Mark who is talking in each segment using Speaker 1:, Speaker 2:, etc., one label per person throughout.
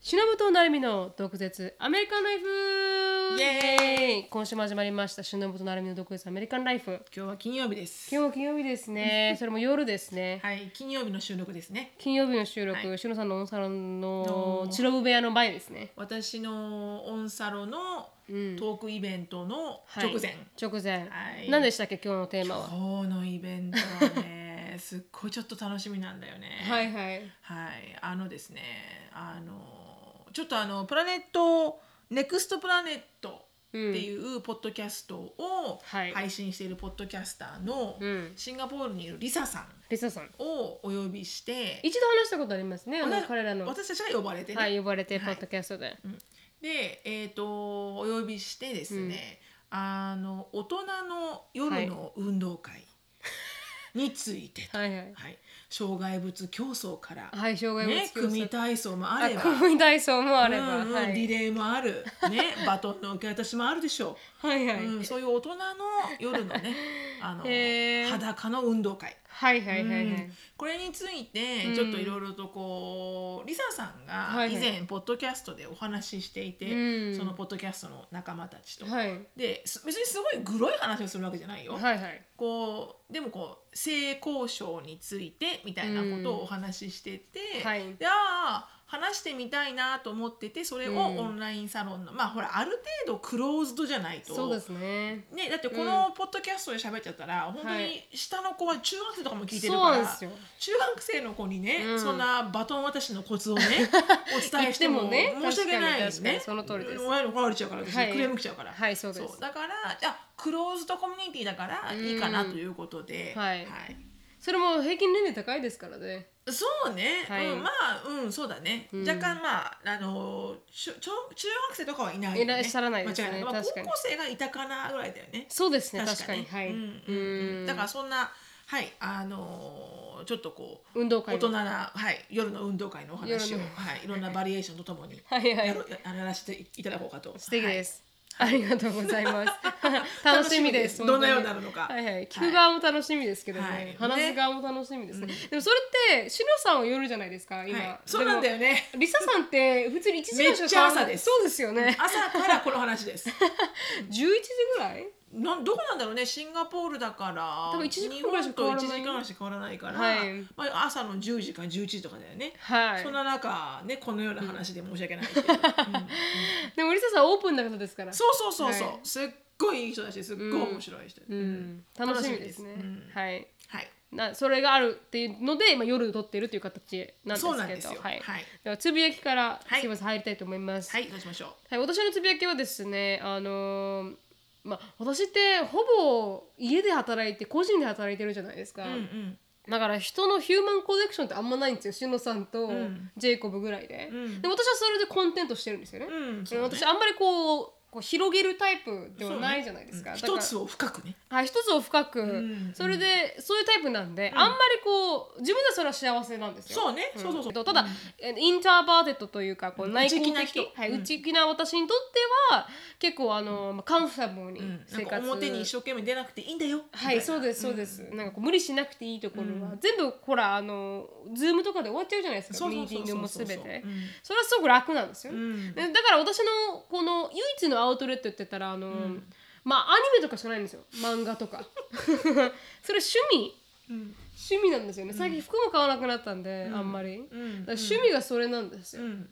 Speaker 1: しのぶとなるみの独舌アメリカンライフ
Speaker 2: イエ
Speaker 1: イエーイ今週も始まりましたしのぶとなるみの独舌アメリカンライフ
Speaker 2: 今日は金曜日です。
Speaker 1: 今日も金曜日ですね それも夜ですね、
Speaker 2: はい、金曜日の収録ですね。
Speaker 1: 金曜日の収
Speaker 2: は
Speaker 1: 録、
Speaker 2: い
Speaker 1: しのさんのオンサロンの
Speaker 2: の
Speaker 1: チロブ部屋の前ですね、
Speaker 2: 私のオンサロの
Speaker 1: うん
Speaker 2: トークイベントの
Speaker 1: はい
Speaker 2: 直前。
Speaker 1: 直前、
Speaker 2: はい
Speaker 1: 何でしたっけ今日のテーマは
Speaker 2: 今日のイベントはね、 すっごいちょっと楽しみなんだよね。
Speaker 1: はいはい
Speaker 2: はい、あのですね、あの、ちょっとあの、プラネット、ネクストプラネット
Speaker 1: う
Speaker 2: っ
Speaker 1: ん
Speaker 2: ていうポッドキャストを
Speaker 1: はい
Speaker 2: 配信しているポッドキャスターの
Speaker 1: うん
Speaker 2: シンガポールにいるリサさん
Speaker 1: リサさん
Speaker 2: をお呼びして、
Speaker 1: 一度話したことありますねあの
Speaker 2: 私
Speaker 1: 彼らの、
Speaker 2: 私たちが呼ばれてね、
Speaker 1: はい、呼ばれて
Speaker 2: はい
Speaker 1: ポッドキャストで、
Speaker 2: で、えー、とお呼びしてですね、あの大人の夜の運動会についてと、
Speaker 1: はいはい
Speaker 2: はい障害物競争から、
Speaker 1: はい障害
Speaker 2: ね
Speaker 1: 物、競争
Speaker 2: 組体操もあれば
Speaker 1: あ組体操もあれば、
Speaker 2: うんうん
Speaker 1: は
Speaker 2: リ
Speaker 1: い、
Speaker 2: レーもある、ね、 バトンの受け渡しもあるでしょ
Speaker 1: はいは
Speaker 2: う、
Speaker 1: い、
Speaker 2: うん、そういう大人の夜のねあの
Speaker 1: へー
Speaker 2: 裸の運動会。
Speaker 1: はいはいはいはい、
Speaker 2: うんこれについてちょっといろいろとこう、リサさん
Speaker 1: は
Speaker 2: が
Speaker 1: い
Speaker 2: 以
Speaker 1: はい
Speaker 2: 前ポッドキャストでお話ししていて、
Speaker 1: うん
Speaker 2: そのポッドキャストの仲間たちと、
Speaker 1: はい
Speaker 2: です別にすごいグロい話をするわけじゃないよ、
Speaker 1: はいはい
Speaker 2: こうでもこう性交渉についてみたいなことをお話ししてて、
Speaker 1: はい
Speaker 2: でああ話してみたいなと思っててそれを
Speaker 1: うん
Speaker 2: オンラインサロンの、まあほらある程度クローズドじゃないと
Speaker 1: そうですね
Speaker 2: ね、だってこのポッドキャストで喋っちゃったら、本当
Speaker 1: は
Speaker 2: に下の子は中学生とかも聞いてる
Speaker 1: そう
Speaker 2: から、
Speaker 1: なんですよ
Speaker 2: 中学生の子にね、
Speaker 1: うん
Speaker 2: そんなバトン渡しのコ ツをねお伝えして
Speaker 1: 言っ
Speaker 2: も
Speaker 1: てもね
Speaker 2: 申し訳ないよ
Speaker 1: 確かに確
Speaker 2: ね
Speaker 1: かにその通りです
Speaker 2: 親に怒られちゃうから私、
Speaker 1: はい
Speaker 2: クレーム来ちゃうから、
Speaker 1: はいそう
Speaker 2: そ
Speaker 1: で
Speaker 2: う
Speaker 1: す
Speaker 2: だからあクローズドコミュニティだからいいかなということで、
Speaker 1: うんはいそれも平均年齢高いですからね
Speaker 2: そうね、
Speaker 1: はい
Speaker 2: うん、まあうんそうだね、
Speaker 1: うん
Speaker 2: 若干まああのしょちょ中学生とかはいないよ、ね、
Speaker 1: いらっしゃらないですね
Speaker 2: 間違いないまあ
Speaker 1: 確か
Speaker 2: 高
Speaker 1: に
Speaker 2: 校生がいたかなぐらいだよね
Speaker 1: そうですね確かにはい、
Speaker 2: うんうんうん
Speaker 1: うん
Speaker 2: だからそんなはいあのーちょっとこう
Speaker 1: 運動会
Speaker 2: 大
Speaker 1: の
Speaker 2: 人な、はい、夜の運動会のお話を、
Speaker 1: 夜の
Speaker 2: はい、いろんなバリエーションとともに
Speaker 1: はいはい
Speaker 2: やろややらせていただこうかと、
Speaker 1: 素敵ですす、ありがとうござい ます
Speaker 2: はい
Speaker 1: 楽しみです
Speaker 2: どんなように
Speaker 1: 本当
Speaker 2: なるのか、
Speaker 1: はいはい、聞く側も楽しみですけどね、
Speaker 2: はい
Speaker 1: 話す側も楽しみですね、でもそれってしのさんは夜じゃないですか今、
Speaker 2: はいそうなんだよね
Speaker 1: でもリサさんって普通に1時間しか
Speaker 2: めっちゃ朝です
Speaker 1: そうですよね
Speaker 2: 朝からこの話です
Speaker 1: 11時ぐらい
Speaker 2: なんどこなんだろうねシンガポールだから
Speaker 1: 多分一時間ぐらいしか変わらない
Speaker 2: 日本と1時間しか変わらないから、
Speaker 1: はい
Speaker 2: まあ、朝の10時から11時とかだよね、
Speaker 1: はい
Speaker 2: そんな中ねこのような話で申し訳ないけど、うん
Speaker 1: でもリサさんオープンな方ですから
Speaker 2: そうそうそうそう、
Speaker 1: はい
Speaker 2: すっごいいい人だしすっごい面白い人、
Speaker 1: う、ん、楽しみですね
Speaker 2: 楽しみです
Speaker 1: はい
Speaker 2: はい
Speaker 1: なそれがあるっていうので、まあ、夜撮ってるという形なんです
Speaker 2: そうなん
Speaker 1: け
Speaker 2: です
Speaker 1: ど
Speaker 2: よ
Speaker 1: はい
Speaker 2: はい
Speaker 1: ではつぶやきから、
Speaker 2: はい
Speaker 1: すいません入りたいと思います、
Speaker 2: はいどうしましょう
Speaker 1: はい、私のつぶやきはですね、あのーまあ、私ってほぼ家で働いて個人で働いてるじゃないですか、
Speaker 2: うんうん
Speaker 1: だから人のヒューマンコネクションってあんまないんですよしのさんと
Speaker 2: ん
Speaker 1: ジェイコブぐらいで、
Speaker 2: うん
Speaker 1: で私はそれでコンテントしてるんですよね、
Speaker 2: うん
Speaker 1: で私あんまりこうこう広げるタイプではないじゃないですか,、
Speaker 2: そうね
Speaker 1: だ
Speaker 2: う
Speaker 1: か
Speaker 2: ん
Speaker 1: ら
Speaker 2: 一つを深くね
Speaker 1: はい、一つを深く、
Speaker 2: ん
Speaker 1: それでそういうタイプなんで、あんまりこう自分ではそれは幸せなんですよ。
Speaker 2: そうね、そうそうそう
Speaker 1: えっとただ、えインターバーテッドというかこう内向
Speaker 2: 内気
Speaker 1: 的
Speaker 2: な人
Speaker 1: はい、
Speaker 2: うん
Speaker 1: 内気な私にとっては結構あの、まあ、カンフタブルに
Speaker 2: うんな
Speaker 1: 生
Speaker 2: んか
Speaker 1: 活、
Speaker 2: 表に一生懸命出なくていいんだよ
Speaker 1: はいそうですそうです、なんかこう無理しなくていいところは、全部ほらあのズームとかで終わっちゃうじゃないですか
Speaker 2: そうそ
Speaker 1: ミ
Speaker 2: う
Speaker 1: ー
Speaker 2: そ
Speaker 1: テ
Speaker 2: う
Speaker 1: ィングもすべ
Speaker 2: そうそう
Speaker 1: て
Speaker 2: そううん
Speaker 1: それはすごく楽なんですよ、ね
Speaker 2: うん
Speaker 1: でだから私のこの唯一のアウトレットって言ったらあの、まあアニメとかしかないんですよ漫画とか それ趣味
Speaker 2: うん
Speaker 1: 趣味なんですよね最近服も買わなくなったんで、あんまり、だか
Speaker 2: うん
Speaker 1: ら趣味がそれなんですよ、
Speaker 2: うん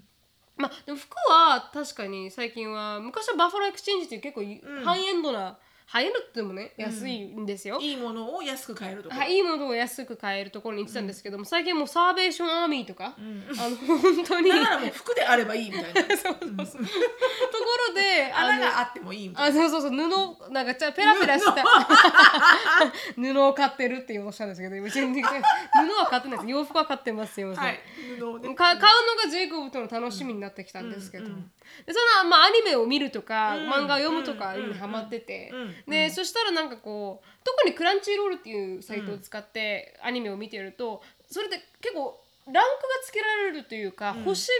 Speaker 1: まあでも服は確かに最近は昔はバッファローエクスチェンジっていう結構い、ハイエンドなハイエンドって言ってもね安いんですよ、
Speaker 2: いいものを安く買えるところ、
Speaker 1: はい、いいものを安く買えるところに行ってたんですけども、最近もうサーベーションアーミーとか、あの本当に
Speaker 2: だからもう服であればいいみたいな
Speaker 1: そうそうそうところで あの
Speaker 2: 穴があってもいいみたい
Speaker 1: あそうそうそう布なんかちゃペラペラした布を買ってるって言おうとしたんですけど今全然布は買ってないです洋服は買ってますよ、
Speaker 2: なはい布を
Speaker 1: か
Speaker 2: ね
Speaker 1: 買うのがジェイコブとの楽しみになってきたんですけど、でその、まあ、アニメを見るとか、漫画を読むとかにハマってて、で、そしたらなんかこう特にクランチーロールっていうサイトを使ってアニメを見てるとそれで結構ランクがつけられるというか、
Speaker 2: うん
Speaker 1: 星が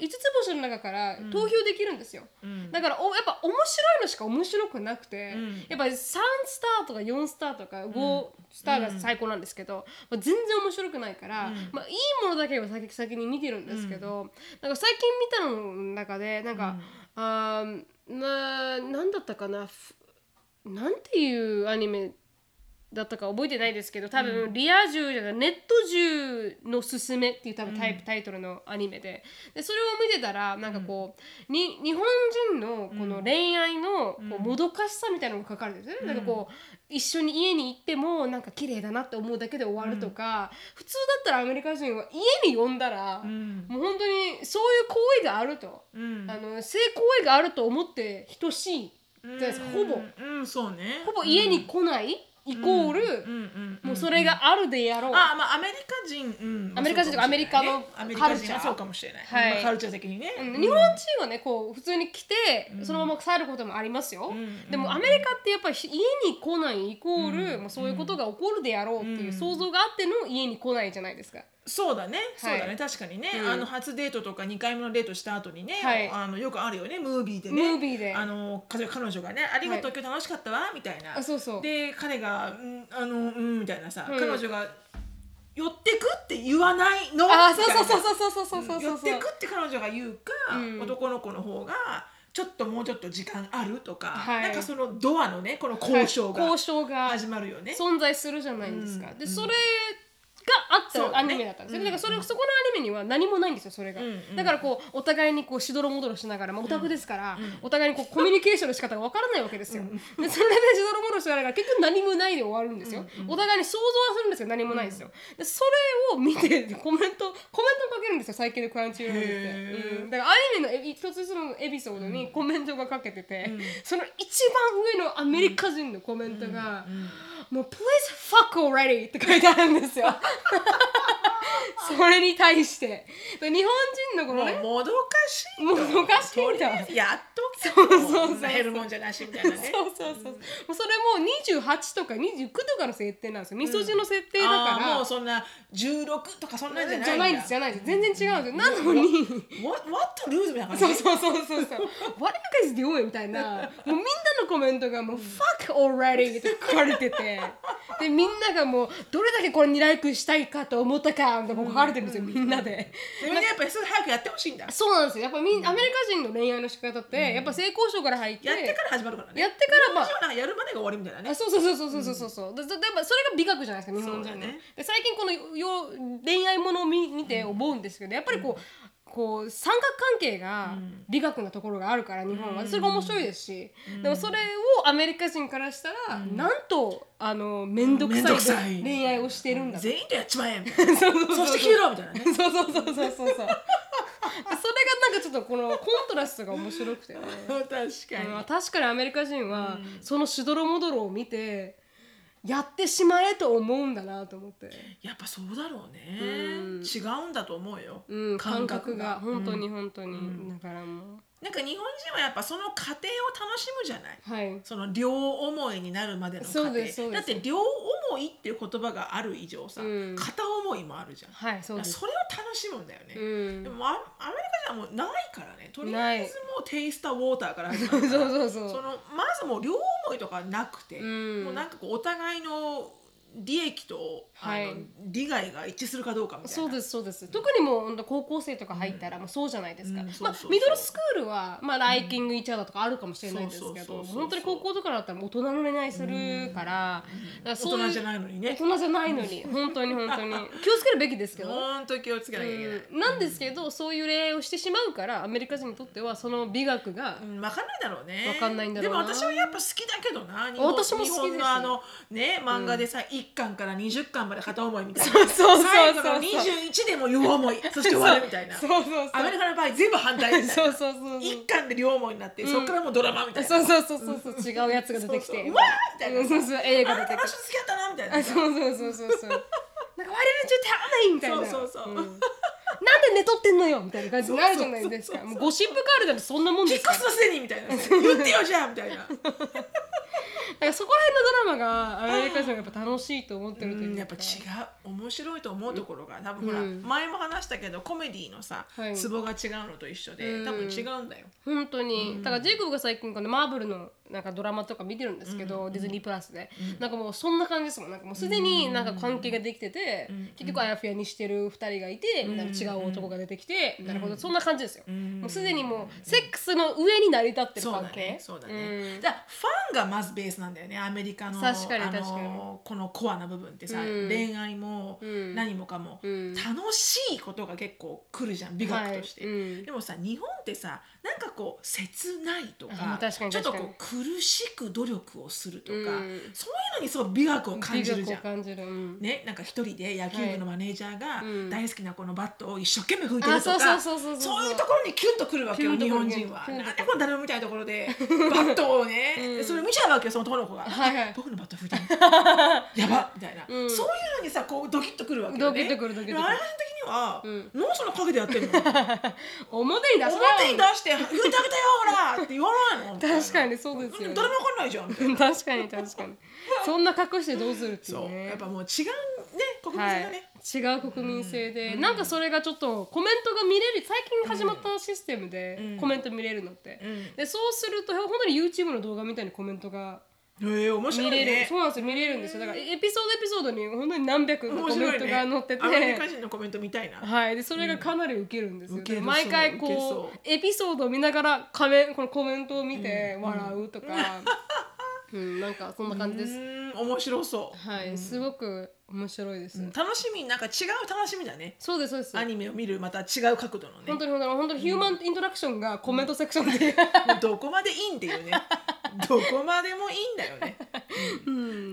Speaker 1: 5つ星の中から
Speaker 2: うん
Speaker 1: 投票できるんですよ、
Speaker 2: うん
Speaker 1: だからおやっぱ面白いのしか面白くなくて、
Speaker 2: うん
Speaker 1: やっぱ3スターとか4スターとか5スターが最高なんですけど、まあ、全然面白くないから、
Speaker 2: うん
Speaker 1: まあ、いいものだけは先先に見てるんですけど、なんか最近見たのの中でなんか、あーななんだったかなふなんていうアニメだったか覚えてないですけど多分、
Speaker 2: うん
Speaker 1: リア充じゃないネット充のすすめっていう多分タイプ、
Speaker 2: うん
Speaker 1: タイトルのアニメででそれを見てたらなんかこう、に日本人のこ
Speaker 2: う
Speaker 1: の
Speaker 2: ん
Speaker 1: 恋愛のこ
Speaker 2: うん
Speaker 1: うもどかしさみたいなのが書かれてるんですよね、なんかこう一緒に家に行ってもなんか綺麗だなって思うだけで終わるとか、普通だったらアメリカ人は家に呼んだら、
Speaker 2: うん
Speaker 1: もう本当にそういう行為があると。
Speaker 2: うん
Speaker 1: あの性行為があると思って等しい
Speaker 2: うん
Speaker 1: ですほぼ
Speaker 2: うんそうね
Speaker 1: ほぼ家に来ない、イコール、
Speaker 2: うんうんんん
Speaker 1: もうそれがあるでやろう、
Speaker 2: あまあアメリカ人、うんまあ
Speaker 1: アメリカ人とか
Speaker 2: そうもしれないね
Speaker 1: アメリカの
Speaker 2: アメリカ人は
Speaker 1: カルチャー
Speaker 2: そうかもしれない、
Speaker 1: はい
Speaker 2: まあカルチャー的にね、
Speaker 1: うん日本人はねこう普通に来て、
Speaker 2: うん
Speaker 1: そのまま帰ることもありますよ、
Speaker 2: うん
Speaker 1: でもアメリカってやっぱり家に来ないイコール、
Speaker 2: うん
Speaker 1: もうそういうことが起こるでやろうっていううん想像があっての家に来ないじゃないですか。
Speaker 2: そうだね、そうだね確かにね、
Speaker 1: うん
Speaker 2: あの初デートとか2回目のデートした後にね、
Speaker 1: はい
Speaker 2: あのよくあるよねムービーで
Speaker 1: ム
Speaker 2: ね
Speaker 1: ービーで
Speaker 2: あの彼女彼女がね「ありがとう、今日楽しかったわ」みたいな
Speaker 1: あそうそう
Speaker 2: で彼が「うんあのうん」みたいなさ、
Speaker 1: うん
Speaker 2: 彼女が「寄ってく」って言わないの
Speaker 1: あ
Speaker 2: み
Speaker 1: そう
Speaker 2: たいな
Speaker 1: そうそうそうそうそうそうそう
Speaker 2: 寄ってくって彼女が言うか、
Speaker 1: うん
Speaker 2: 男の子の方がちょっともうちょっと時間あるとか、
Speaker 1: はい
Speaker 2: なんかそのドアのねこの交渉
Speaker 1: はい
Speaker 2: が
Speaker 1: 交渉が
Speaker 2: 始まるよね。
Speaker 1: 存在するじゃないですか、
Speaker 2: うん
Speaker 1: で
Speaker 2: うん
Speaker 1: それがあったアニメだったんですよ、
Speaker 2: そ
Speaker 1: だか
Speaker 2: うね
Speaker 1: らそ
Speaker 2: うん
Speaker 1: れ
Speaker 2: うん
Speaker 1: そこのアニメには何もないんですよそれが、
Speaker 2: うんうん
Speaker 1: だからこうお互いにこうしどろもどろしながら、まあ、オタクですから、
Speaker 2: うん
Speaker 1: お互いにこうコミュニケーションの仕方がわからないわけですよ、
Speaker 2: うん
Speaker 1: でそれでしどろもどろしながら結局何もないで終わるんですよ、
Speaker 2: うんうん
Speaker 1: お互いに想像はするんですよ何もないですよ、でそれを見てコメントコメントをかけるんですよ最近のクランチロールっ
Speaker 2: へ
Speaker 1: て、
Speaker 2: ー
Speaker 1: うんだからアニメのえ一つ一つのエピソードにコメントがかけてて、
Speaker 2: うん
Speaker 1: その一番上のアメリカ人のコメントが、
Speaker 2: うん
Speaker 1: もう「Please fuck already」って書いてあるんですよそれに対して日本人のこ
Speaker 2: も
Speaker 1: の
Speaker 2: う
Speaker 1: ね
Speaker 2: もどかしい
Speaker 1: もどかしいんだ
Speaker 2: とりあえずやっとけ
Speaker 1: そうそうそう
Speaker 2: も減るもんじゃなしみたいなね
Speaker 1: そうそうそう、もうそれも28とか29とかの設定なんですよみそじの設定だか
Speaker 2: あー
Speaker 1: ら、
Speaker 2: もうそんな16とかそんなんじゃないんだ
Speaker 1: じゃないんですじゃないんです全然違うんですよなのに
Speaker 2: What, what to lose? みたいな感じ
Speaker 1: そうそうそうそうそう「What are you guys doing?」みたいなもうみんなのコメントがもう「fuck already」って書かれててでみんながもうどれだけこれにライクしたいかと思ったかって書かれてるんですよみんなで。
Speaker 2: それでやっぱりそれ早くやってほしいんだ
Speaker 1: そうなんですよやっぱみんアメリカ人の恋愛の仕方って、やっぱ性交渉から入って
Speaker 2: やってから始まるからね
Speaker 1: やってからまあ
Speaker 2: 日本人はなんかやるまでが終わりみたいなね
Speaker 1: あそうそうそうそうそうそうそう、でででもそれが美学じゃないですか日本人
Speaker 2: そ
Speaker 1: の、
Speaker 2: うだね
Speaker 1: で最近このよ恋愛ものを見見て思うんですけどやっぱりこう、こう三角関係が
Speaker 2: うん
Speaker 1: 美学なところがあるから日本は、
Speaker 2: うん
Speaker 1: それが面白いですし、
Speaker 2: ん
Speaker 1: でもそれをアメリカ人からしたら、
Speaker 2: うん
Speaker 1: なんとあの面倒く
Speaker 2: 面倒く
Speaker 1: さ
Speaker 2: さ
Speaker 1: い
Speaker 2: い
Speaker 1: 恋愛をしてるんだと
Speaker 2: 全員とやっちまえみたいな
Speaker 1: そうそうそう
Speaker 2: そして消えろみたいなね
Speaker 1: そう そうそうそうそうそうそれがなんかちょっとこのコントラストが面白くてね
Speaker 2: 確かに
Speaker 1: うん確かにアメリカ人は
Speaker 2: うん
Speaker 1: そのしどろもどろを見てやってしまえと思うんだなと思って、
Speaker 2: やっぱそうだろうね
Speaker 1: うん
Speaker 2: 違うんだと思うよ
Speaker 1: うん、感覚が本当に
Speaker 2: うん
Speaker 1: 本当に、
Speaker 2: うん
Speaker 1: だからもう
Speaker 2: なんか日本人はやっぱその過程を楽しむじゃない
Speaker 1: はい
Speaker 2: その両思いになるまでの過程
Speaker 1: そうですそうで
Speaker 2: だ
Speaker 1: す
Speaker 2: って両思いっていう言葉がある以上さ、
Speaker 1: うん
Speaker 2: 片思いもあるじゃんだか
Speaker 1: はいそう
Speaker 2: ら
Speaker 1: です
Speaker 2: それを楽しむんだよね、
Speaker 1: うん
Speaker 2: でもあアメリカ人はもうないからねとりあえず
Speaker 1: な
Speaker 2: もうテイスターウォーターから始
Speaker 1: そ
Speaker 2: ま
Speaker 1: う
Speaker 2: るから
Speaker 1: そうそう
Speaker 2: そ
Speaker 1: そう
Speaker 2: のまずもう両思いとかなくて、
Speaker 1: うん
Speaker 2: もうなんかこうお互いの利益と、
Speaker 1: はい
Speaker 2: あの利害が一致するかどうかみたいな
Speaker 1: そうですそうです特にもうほんと高校生とか入ったらもうそうじゃないですか、
Speaker 2: うんそう
Speaker 1: ま
Speaker 2: そ
Speaker 1: あ
Speaker 2: うそう
Speaker 1: ミドルスクールはまあライキングイチャーだとかあるかもしれないです
Speaker 2: そう
Speaker 1: け
Speaker 2: そ
Speaker 1: ど
Speaker 2: うそうそう
Speaker 1: 本当に高校とかだったらもう大人の恋愛するから,、だから
Speaker 2: 大
Speaker 1: そういう
Speaker 2: 人じゃないの
Speaker 1: 大
Speaker 2: にね
Speaker 1: 人じゃないのに本当に本 当に気をつけるべきですけどね
Speaker 2: 本当に気をつけなきゃいけない、
Speaker 1: うんなんですけど、そういう恋愛をしてしまうからアメリカ人にとってはその美学が、
Speaker 2: うん、分かんないだろうね
Speaker 1: わかんないんだろうな
Speaker 2: でも私はやっぱ好きだけどな日本
Speaker 1: 私も好きです
Speaker 2: 日本のあのね漫画でさ、1巻から20巻まで片思いみたいな
Speaker 1: そうそうそう
Speaker 2: 最
Speaker 1: そう
Speaker 2: 後の21でも両思いそして終わるみたいな
Speaker 1: そうそうそう
Speaker 2: アメリカの場合全部反対みたいな
Speaker 1: そうそうそう
Speaker 2: 一巻で両思いになって、そこからもうドラマみたいな
Speaker 1: そうそうそうそうそう違うやつが出てきて
Speaker 2: そうそううわーみたいな
Speaker 1: うんそうそう映
Speaker 2: あ
Speaker 1: 画
Speaker 2: な
Speaker 1: 出
Speaker 2: た
Speaker 1: てき
Speaker 2: の
Speaker 1: て
Speaker 2: 人好きだったなみたいな
Speaker 1: あそうそうそうそうそうなんか「Why didn't you tell me?」みたいな
Speaker 2: そうそうそうん
Speaker 1: なんで寝とってんのよみたいな感じになるじゃないですか
Speaker 2: そうそうそうそう
Speaker 1: もうゴシップカールだってそんなもん
Speaker 2: ピ
Speaker 1: で
Speaker 2: ッ
Speaker 1: すか
Speaker 2: ク
Speaker 1: ら
Speaker 2: スのせいにみたいな言ってよじゃあみたいな、
Speaker 1: だからそこら辺のドラマがアメリカ人がやっぱ楽しいと思ってると
Speaker 2: う
Speaker 1: い
Speaker 2: ん、
Speaker 1: う
Speaker 2: やっぱ違
Speaker 1: か
Speaker 2: う思面白いと思うところが多分ほら、
Speaker 1: うん
Speaker 2: 前も話したけどコメディのさ
Speaker 1: はい
Speaker 2: ツボが違うのと一緒で、
Speaker 1: うん
Speaker 2: 多分違うんだよ。
Speaker 1: 本当に、
Speaker 2: うん
Speaker 1: だからジェイコブが最近このマーブルのなんかドラマとか見てるんですけど、
Speaker 2: うん
Speaker 1: ディズニープラスで、
Speaker 2: うん
Speaker 1: なんかもうそんな感じですもんなんかもうすでになんか関係ができてて、
Speaker 2: うん
Speaker 1: 結局あやふやにしてる2人がいて、
Speaker 2: うん
Speaker 1: なんか違う男が出てきて、
Speaker 2: ん
Speaker 1: なるほどそんな感じですよ、
Speaker 2: うん
Speaker 1: もうすでにもうセックスの上に成り立ってる
Speaker 2: そう
Speaker 1: 関
Speaker 2: だね
Speaker 1: 係
Speaker 2: そうだね、
Speaker 1: うん
Speaker 2: じゃあファンがまずベースなんだよねアメリカの
Speaker 1: 確かに
Speaker 2: あ
Speaker 1: 確かに
Speaker 2: のこのコアな部分ってさ、
Speaker 1: うん
Speaker 2: 恋愛も
Speaker 1: うん
Speaker 2: 何もかも、
Speaker 1: うん
Speaker 2: 楽しいことが結構来るじゃん美学として、
Speaker 1: はいうん
Speaker 2: でもさ日本ってさなんかこう切ないと
Speaker 1: あ
Speaker 2: か
Speaker 1: 確かに
Speaker 2: ちょっと
Speaker 1: 確か
Speaker 2: こう
Speaker 1: に
Speaker 2: 苦しく努力をするとか、
Speaker 1: うん
Speaker 2: そういうのにすごい美学を感じるじゃ
Speaker 1: 美学を
Speaker 2: ん。
Speaker 1: 感じる、うん
Speaker 2: ね、なんか一人で野球部のマネージャーが
Speaker 1: うん
Speaker 2: 大好きなこのバットを一生懸命吹いてると
Speaker 1: あ
Speaker 2: か、
Speaker 1: そうそうそうそうそう
Speaker 2: そういうところにキュンとくるわけよ
Speaker 1: キュンと
Speaker 2: 日
Speaker 1: くる
Speaker 2: 本人は
Speaker 1: キュンとくる
Speaker 2: なんでこんな誰も見たいとこ ろでバットをね、
Speaker 1: うん
Speaker 2: それ見ちゃうわけよその男の子が、
Speaker 1: はいはい
Speaker 2: 僕のバット吹い てるやばみたいな、
Speaker 1: うん
Speaker 2: そういうのにさこうドキッとくるわけよね
Speaker 1: ドキッとくるドキッとくる
Speaker 2: でもあれ的には、
Speaker 1: うん
Speaker 2: なんでその影で やってるの表に
Speaker 1: 表に出すな
Speaker 2: 出して「吹いてあげたよほら!」って言わないのみたいな
Speaker 1: 確かにそうですよね
Speaker 2: ん誰もわかんないじゃんみたいな
Speaker 1: 確かに確かにそんな隠してどうするってい
Speaker 2: そうう
Speaker 1: ね
Speaker 2: やっぱもう違うね国民
Speaker 1: は
Speaker 2: 性
Speaker 1: い
Speaker 2: がね、、
Speaker 1: 違う国民性で、なんかそれがちょっとコメントが見れる最近始まったシステム
Speaker 2: う
Speaker 1: で
Speaker 2: ん
Speaker 1: コメント見れるのって、
Speaker 2: うん
Speaker 1: でそうすると本当に YouTube の動画みたいにコメントが
Speaker 2: へえ面白
Speaker 1: 見
Speaker 2: い
Speaker 1: れる、
Speaker 2: ね
Speaker 1: そうなんですよ見れるんですよだからエピソードエピソードに本当に何百の
Speaker 2: 面
Speaker 1: コメ
Speaker 2: 白
Speaker 1: ン
Speaker 2: い
Speaker 1: ト
Speaker 2: ね
Speaker 1: が載ってて、
Speaker 2: アメリカ人のコメント見たいな
Speaker 1: はい、でそれがかなりウケるんですよ、
Speaker 2: ウケるそう
Speaker 1: 毎回
Speaker 2: ウケ
Speaker 1: こ
Speaker 2: そう
Speaker 1: エピソードを見ながら仮面このコメントを見て笑うとか、うんなんかそんな感じです、
Speaker 2: うーん面白そう、
Speaker 1: はい、すごく面白いです、
Speaker 2: 楽しみなんか違う楽しみだね
Speaker 1: そうですそうです
Speaker 2: アニメを見るまた違う角度の
Speaker 1: 本
Speaker 2: ね
Speaker 1: 当に本当に本当にヒューマンイントラクションがコメントセクションで、
Speaker 2: どこまでいいんっていう ねどこまでもいいんだよね、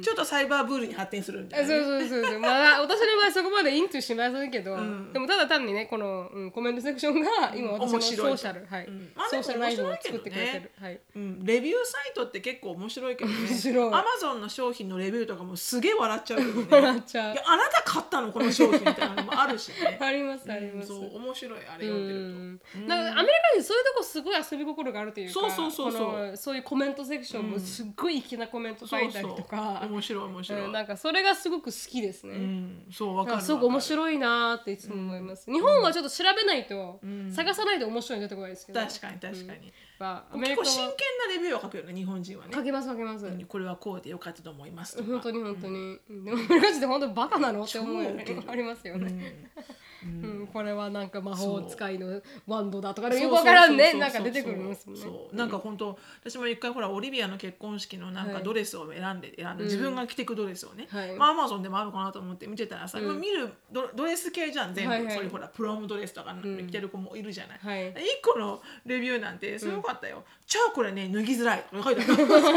Speaker 2: ちょっとサイバーブールに発展するみた
Speaker 1: あ
Speaker 2: いな
Speaker 1: そ
Speaker 2: ね、
Speaker 1: うそうそうそうまあ私の場合そこまでインとしませんけど、
Speaker 2: ん
Speaker 1: でもただ単にねこの、うん、コメントセクションが今私のソ
Speaker 2: 面白い
Speaker 1: ーシャルはい、
Speaker 2: うんまあ
Speaker 1: ソー
Speaker 2: でも
Speaker 1: シャルライフを
Speaker 2: 面白
Speaker 1: 作
Speaker 2: い
Speaker 1: っ
Speaker 2: けどね
Speaker 1: てくれてる、はい
Speaker 2: うん、レビューサイトって結構面白いけどね
Speaker 1: 面白い
Speaker 2: アマゾンの商品のレビューとかもすげえ笑っちゃうけどね
Speaker 1: 笑っちゃう
Speaker 2: いやあなた買ったのこの商品みたいなのもあるし ね
Speaker 1: ありますあります、
Speaker 2: そう面白いあれ読んでると。
Speaker 1: うんなんかアメリカ人そういうとこすごい遊び心があるというか
Speaker 2: そうそうそうそう
Speaker 1: このそういうコメントセクションもすっごい粋なコメント書いたりとか
Speaker 2: そうそう面白い面白い、
Speaker 1: うんなんかそれがすごく好きですね、
Speaker 2: うんそうわかる
Speaker 1: あすごく面
Speaker 2: い
Speaker 1: 白いなーっていつも思います、日本はちょっと調べないと、
Speaker 2: うん
Speaker 1: 探さないと面白いの出てこないですけど
Speaker 2: 確かに確かに、
Speaker 1: まあアメ
Speaker 2: 結
Speaker 1: リカ
Speaker 2: 構
Speaker 1: は
Speaker 2: 真剣なレビューを書くよね日本人はね
Speaker 1: かけますかけます、
Speaker 2: これはこうでよかったと思いますとか
Speaker 1: 本当に本当に、でもアメリカ人って本当にバカなのって思うよね
Speaker 2: 超ウケる
Speaker 1: ありますよね、 うんこれはなんか魔法使いのワンドだとか
Speaker 2: そ
Speaker 1: ね
Speaker 2: う
Speaker 1: よくわからんね
Speaker 2: そうそうそうそう
Speaker 1: なんか出てくるんですもんね
Speaker 2: そうなんか本当私も一回ほらオリビアの結婚式のなん
Speaker 1: は
Speaker 2: か
Speaker 1: い
Speaker 2: ドレスを選んで、選んで自分が着てくドレスをね、
Speaker 1: はい
Speaker 2: まあアマゾンでもあるかなと思って見てたらさ、まあ見るドドレス系じゃん全部、
Speaker 1: はいはい
Speaker 2: そういうほらプロムドレスとか着てる子もいるじゃない、
Speaker 1: はい
Speaker 2: 一個のレビューなんてすごかったよ、超これね脱ぎづらいとか書いて あるそこか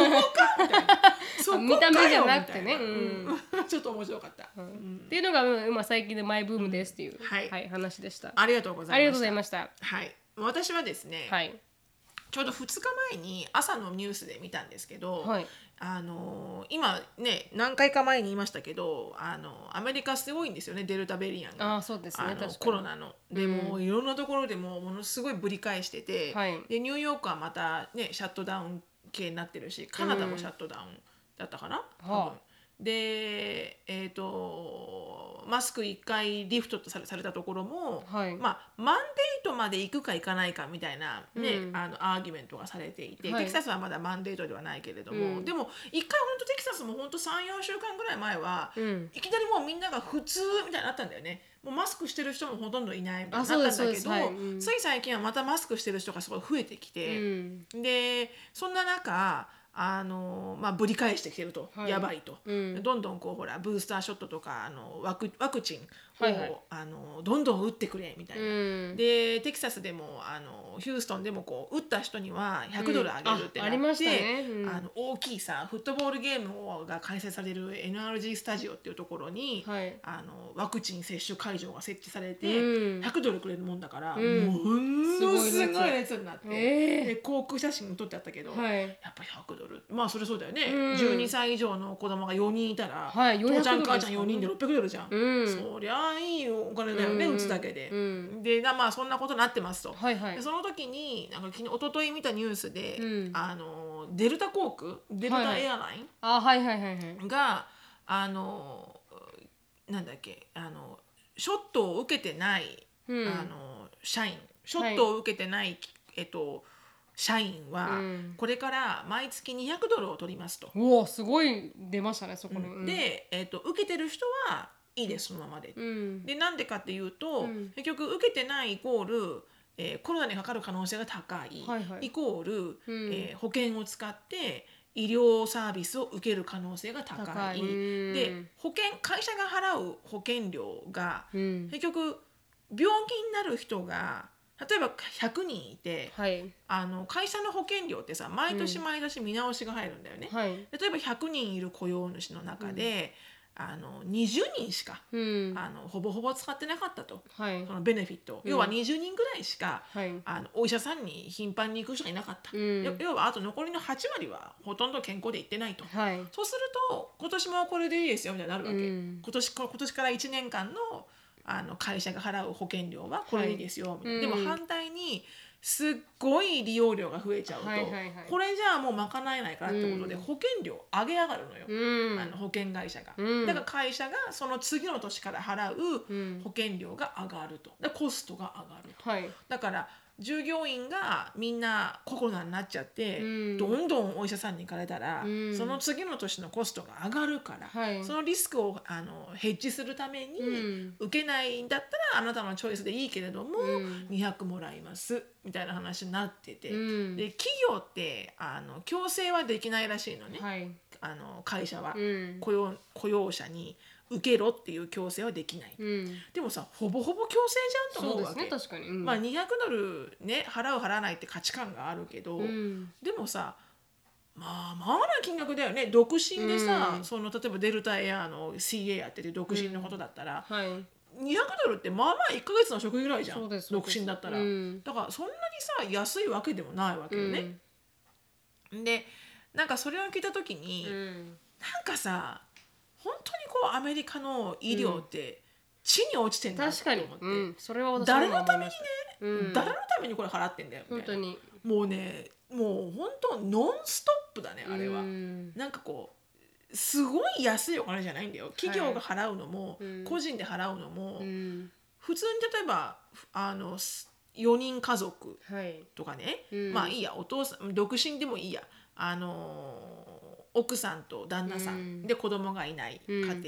Speaker 2: みたいなそこかよ
Speaker 1: 見た目じゃなくてね
Speaker 2: みたいな
Speaker 1: うん
Speaker 2: うん ちょっと面白かった、うん
Speaker 1: っていうのが、うんまあ、最近のマイブームですっていう、
Speaker 2: はい
Speaker 1: 話でしたあ
Speaker 2: ありがとうございました
Speaker 1: りがとうございました
Speaker 2: はい私はですね、
Speaker 1: はい
Speaker 2: ちょうど2日前に朝のニュースで見たんですけど、
Speaker 1: はい
Speaker 2: あのー今ね何回か前に言いましたけど、あのーアメリカすごいんですよねデルタベリアンが
Speaker 1: あーそうですね
Speaker 2: あの
Speaker 1: 確かに
Speaker 2: コロナのでも、ういろんなところでもうものすごいぶり返してて、
Speaker 1: はい
Speaker 2: でニューヨークはまたねシャットダウン系になってるしカナダもシャットダウンだったかな、多分
Speaker 1: はあ
Speaker 2: でえー、とマスク1回リフトとされされたところも、
Speaker 1: はい
Speaker 2: まあ、マンデートまで行くか行かないかみたいな、ね
Speaker 1: うん
Speaker 2: あのアーギュメントがされていて、
Speaker 1: はい
Speaker 2: テキサスはまだマンデートではないけれども、
Speaker 1: うん
Speaker 2: でも一回本当テキサスも本当34週間ぐらい前は、
Speaker 1: うん
Speaker 2: いきなりもうみんなが普通みたいになったんだよねもうマスクしてる人もほとんどいないみたいになったんだ
Speaker 1: あそう
Speaker 2: け
Speaker 1: です
Speaker 2: ど、
Speaker 1: そうですはいうん
Speaker 2: つい最近はまたマスクしてる人がすごい増えてき
Speaker 1: う
Speaker 2: て。
Speaker 1: ん
Speaker 2: でそんな中あの、まあ、ぶり返してきてると、
Speaker 1: はい
Speaker 2: やばいと、
Speaker 1: うん
Speaker 2: どんどんこうほらブースターショットとかあのワクワクチンを、
Speaker 1: はいはい
Speaker 2: あのどんどん打ってくれみたいな。
Speaker 1: うん
Speaker 2: でテキサスでもあのヒューストンでもこう打った人には100ドルあげる
Speaker 1: うんあ
Speaker 2: ってなって、
Speaker 1: ありましたねうん
Speaker 2: あの大きいさフットボールゲームが開催される NRG スタジオっていうところに、
Speaker 1: はい
Speaker 2: あのワクチン接種会場が設置されて、
Speaker 1: うん
Speaker 2: 100ドルくれるもんだから、
Speaker 1: うん
Speaker 2: もうものすごい列になって、
Speaker 1: ええ
Speaker 2: で航空写真撮ってあったけど、
Speaker 1: はい
Speaker 2: やっぱ100ドルまあそれそうだよね、
Speaker 1: うん
Speaker 2: 12歳以上の子供が4人いたら、
Speaker 1: はい400
Speaker 2: 父ちゃん
Speaker 1: ドル
Speaker 2: 母
Speaker 1: です
Speaker 2: ちゃ
Speaker 1: か
Speaker 2: ん
Speaker 1: ね
Speaker 2: 4人で600ドルじゃん、
Speaker 1: うん
Speaker 2: そりゃいいお金だよね、
Speaker 1: うん
Speaker 2: 打つだけで、
Speaker 1: うん
Speaker 2: でなまあそんなことになってますと、
Speaker 1: はいはい
Speaker 2: でその時になんか昨日一昨日見たニュースで、
Speaker 1: うん
Speaker 2: あのデルタ航空デル
Speaker 1: はいは
Speaker 2: タ
Speaker 1: い
Speaker 2: エアライン、
Speaker 1: あはいはいはいはい
Speaker 2: があのなんだっけあのショットを受けてない、
Speaker 1: うん
Speaker 2: あの社員ショットを受けてない、えっと、社員は、
Speaker 1: うん
Speaker 2: これから毎月200ドルを取りますと。
Speaker 1: おおすごい出ましたねそこに、うん、
Speaker 2: で、えっと、受けてる人はいいですそのままで。
Speaker 1: うん
Speaker 2: でなんでかっていうと、
Speaker 1: うん
Speaker 2: 結局受けてないイコール、えーコロナにかかる可能性が高い、
Speaker 1: はいはい
Speaker 2: イコール、
Speaker 1: うん
Speaker 2: えー保険を使って医療サービスを受ける可能性が高い
Speaker 1: 高いうん
Speaker 2: で保険会社が払う保険料が
Speaker 1: うん
Speaker 2: 結局病気になる人が例えば100人いて
Speaker 1: はい
Speaker 2: あの会社の保険料ってさ毎年毎年見直しが入るんだよね。
Speaker 1: はい
Speaker 2: 例えば100人いる雇用主の中で、あの20人しか
Speaker 1: うん
Speaker 2: あのほぼほぼ使ってなかったと
Speaker 1: はい
Speaker 2: そのベネフィット、
Speaker 1: うん
Speaker 2: 要は20人ぐらいしか
Speaker 1: はい
Speaker 2: あのお医者さんに頻繁に行く人がいなかった、
Speaker 1: うん
Speaker 2: よ要はあと残りの8割はほとんど健康で行ってないと、
Speaker 1: はい
Speaker 2: そうすると今年もこれでいいですよみたいになるわけ、
Speaker 1: うん
Speaker 2: 今年こ今年から1年間のあの会社が払う保険料はこれでいいですよ、みたいな
Speaker 1: うん
Speaker 2: でも反対にすっごい利用料が増えちゃうと、
Speaker 1: はいはいはい
Speaker 2: これじゃあもう賄えないからってことで、
Speaker 1: うん
Speaker 2: 保険料上げ上がるのよ、
Speaker 1: うん
Speaker 2: あの保険会社が、
Speaker 1: うん
Speaker 2: だから会社がその次の年から払う
Speaker 1: うん
Speaker 2: 保険料が上がるとでコストが上がると
Speaker 1: はい
Speaker 2: だから従業員がみんなコロナになっちゃって、
Speaker 1: うん
Speaker 2: どんどんお医者さんに行かれたら、
Speaker 1: うん
Speaker 2: その次の年のコストが上がるから、
Speaker 1: はい
Speaker 2: そのリスクをあのヘッジするために、
Speaker 1: うん
Speaker 2: 受けないんだったらあなたのチョイスでいいけれども、
Speaker 1: うん
Speaker 2: 200もらいますみたいな話になってて、
Speaker 1: うん
Speaker 2: で企業ってあの強制はできないらしいのね、
Speaker 1: はい
Speaker 2: あの会社は。
Speaker 1: うん
Speaker 2: 雇用雇用者に受けろっていう強制はできない、
Speaker 1: うん
Speaker 2: でもさほぼほぼ強制じゃんと
Speaker 1: そう
Speaker 2: 思う
Speaker 1: で
Speaker 2: わ
Speaker 1: す
Speaker 2: け、
Speaker 1: ね確かにうん
Speaker 2: まあ、200ドルね払う払わないって価値観があるけど、
Speaker 1: うん
Speaker 2: でもさまあまあな金額だよね独身でさ、
Speaker 1: うん
Speaker 2: その例えばデルタエアの CA やってて独身のことだったら、
Speaker 1: はい
Speaker 2: 200ドルってまあまあ1ヶ月の食費ぐらいじゃ
Speaker 1: そ
Speaker 2: ん
Speaker 1: うです
Speaker 2: 独身だったら、
Speaker 1: うん
Speaker 2: だからそんなにさ安いわけでもないわけよね。でなんかそれを聞いた時に、
Speaker 1: うん
Speaker 2: なんかさ本当にこうアメリカの医療って地に落ちてんだ
Speaker 1: 確か
Speaker 2: と
Speaker 1: に
Speaker 2: 思って、
Speaker 1: うんそれは私
Speaker 2: 誰のためにね、
Speaker 1: うん
Speaker 2: 誰のためにこれ払ってんだよみ
Speaker 1: 本
Speaker 2: た
Speaker 1: 当
Speaker 2: いな
Speaker 1: に
Speaker 2: もうねもう本当ノンストップだねあれは、
Speaker 1: うん
Speaker 2: なんかこうすごい安いお金じゃないんだよ企業が払うのも、
Speaker 1: うん
Speaker 2: 個人で払うのも、
Speaker 1: うん
Speaker 2: 普通に例えばあの4人家族
Speaker 1: はい
Speaker 2: とかね、
Speaker 1: うん
Speaker 2: まあいいやお父さん独身でもいいやあのー奥さんと旦那さん、
Speaker 1: うん
Speaker 2: で子供がいない家庭
Speaker 1: うん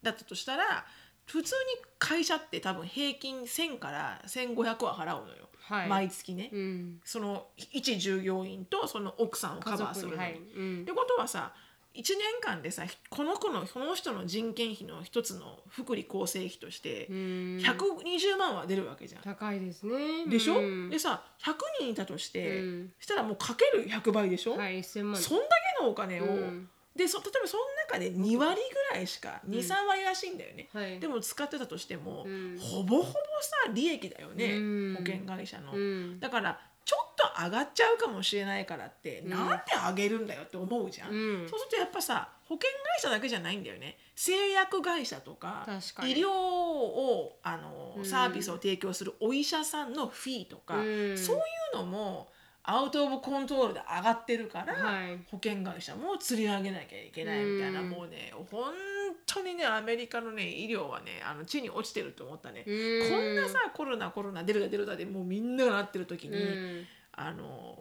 Speaker 2: だったとしたら普通に会社って多分平均1000から1500は払うのよ、
Speaker 1: はい
Speaker 2: 毎月ね、
Speaker 1: うん
Speaker 2: その一従業員とその奥さんをカバーするのに。
Speaker 1: はいうん
Speaker 2: ってことはさ1年間でさこの子のこの人の人件費の一つの福利厚生費として
Speaker 1: うん
Speaker 2: 120万は出るわけじゃん。
Speaker 1: 高いですね
Speaker 2: でしょ、
Speaker 1: うん
Speaker 2: でさ100人いたとして、
Speaker 1: うん
Speaker 2: したらもうかける100倍でしょ、
Speaker 1: はい1000万
Speaker 2: そんだけのお金を、
Speaker 1: うん
Speaker 2: でそ例えばその中で2割ぐらいしか23、3割らしいんだよね、
Speaker 1: はい
Speaker 2: でも使ってたとしても、
Speaker 1: うん
Speaker 2: ほぼほぼさ利益だよね、
Speaker 1: うん
Speaker 2: 保険会社の、
Speaker 1: うん
Speaker 2: だからちょっと上がっちゃうかもしれないからって、
Speaker 1: うん
Speaker 2: なんで上げるんだよって思うじゃん、
Speaker 1: うん
Speaker 2: そうするとやっぱさ保険会社だけじゃないんだよね製薬会社とか
Speaker 1: 確かに
Speaker 2: 医療をあ
Speaker 1: う
Speaker 2: の、
Speaker 1: ん
Speaker 2: サービスを提供するお医者さんのフィーとか、
Speaker 1: うん
Speaker 2: そういうのもアウト・オブ・コントロールで上がってるから、
Speaker 1: はい
Speaker 2: 保険会社も釣り上げなきゃいけないみたいな、
Speaker 1: うん
Speaker 2: もうね本当にねアメリカのね医療はねあの地に落ちてると思ったね。
Speaker 1: うん
Speaker 2: こんなさコロナコロナ出るだ出るだでもうみんながなってる時
Speaker 1: う
Speaker 2: に、
Speaker 1: ん
Speaker 2: あの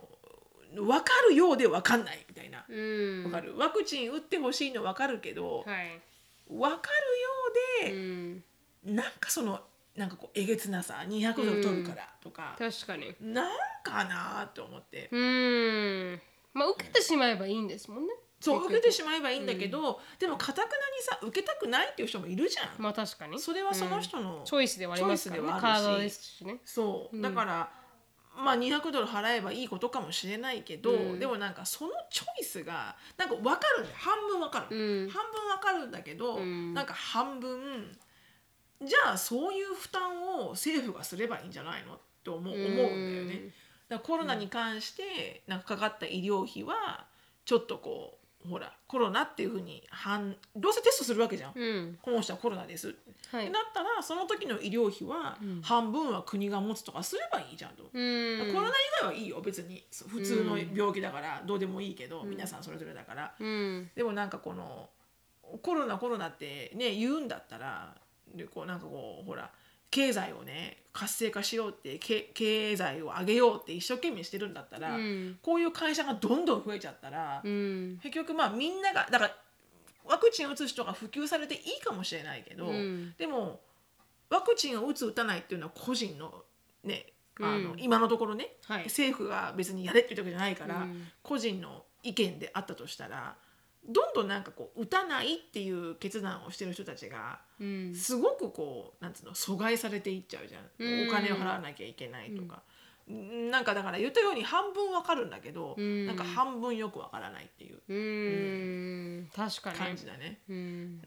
Speaker 2: 分かるようで分かんないみたいな。
Speaker 1: うん
Speaker 2: わかるワクチン打ってほしいの分かるけど、
Speaker 1: はい
Speaker 2: 分か
Speaker 1: う
Speaker 2: るようで、
Speaker 1: ん
Speaker 2: なんかそのなんかこうえげつなさ200ドル取るからとか、
Speaker 1: 確かに
Speaker 2: なんかなと思って、
Speaker 1: うんまあ受けてしまえばいいんですもんね
Speaker 2: そう受けてしまえばいいんだけど、でもかたくなにさ受けたくないっていう人もいるじゃん、
Speaker 1: まあ確かに
Speaker 2: それはその人の、
Speaker 1: チョイスではありますからね
Speaker 2: チョイスではあるし
Speaker 1: 体ですしね
Speaker 2: そう、だからまあ200ドル払えばいいことかもしれないけど、
Speaker 1: うん
Speaker 2: でもなんかそのチョイスがなんか分かるんだよ半分分かる、
Speaker 1: うん
Speaker 2: 半分分かるんだけど、
Speaker 1: うん
Speaker 2: なんか半分じゃあそういう負担を政府がすればいいんじゃないのと思う思うんだよね。
Speaker 1: うん
Speaker 2: だからコロナに関してなんかかかった医療費はちょっとこうほらコロナっていうふうに反どうせテストするわけじゃん、
Speaker 1: うん
Speaker 2: この人はコロナです、
Speaker 1: は
Speaker 2: って
Speaker 1: い
Speaker 2: なったらその時の医療費は
Speaker 1: うん
Speaker 2: 半分は国が持つとかすればいいじゃんと、
Speaker 1: うん
Speaker 2: コロナ以外はいいよ別にそう普通の病気だからどうでもいいけど、皆さんそれぞれだから、
Speaker 1: うん
Speaker 2: でもなんかこのコロナコロナってね言うんだったらでこうなんかこうほら経済をね活性化しようってけ経済を上げようって一生懸命してるんだったら、
Speaker 1: うん
Speaker 2: こういう会社がどんどん増えちゃったら、
Speaker 1: うん
Speaker 2: 結局まあみんながだからワクチンを打つ人が普及されていいかもしれないけど、
Speaker 1: うん
Speaker 2: でもワクチンを打つ打たないっていうのは個人のねあの、
Speaker 1: うん
Speaker 2: 今のところね
Speaker 1: はい
Speaker 2: 政府が別にやれって言ってるわけじゃないから、
Speaker 1: うん
Speaker 2: 個人の意見であったとしたらどんどんなんかこう打たないっていう決断をしてる人たちが
Speaker 1: うん
Speaker 2: すごくこうなんつうの阻害されていっちゃうじゃん、
Speaker 1: うん
Speaker 2: お金を払わなきゃいけないとか、なんかだから言ったように半分わかるんだけど、
Speaker 1: うん
Speaker 2: なんか半分よくわからないっていう
Speaker 1: うーん確か
Speaker 2: 感
Speaker 1: に
Speaker 2: じだね。
Speaker 1: うん
Speaker 2: うん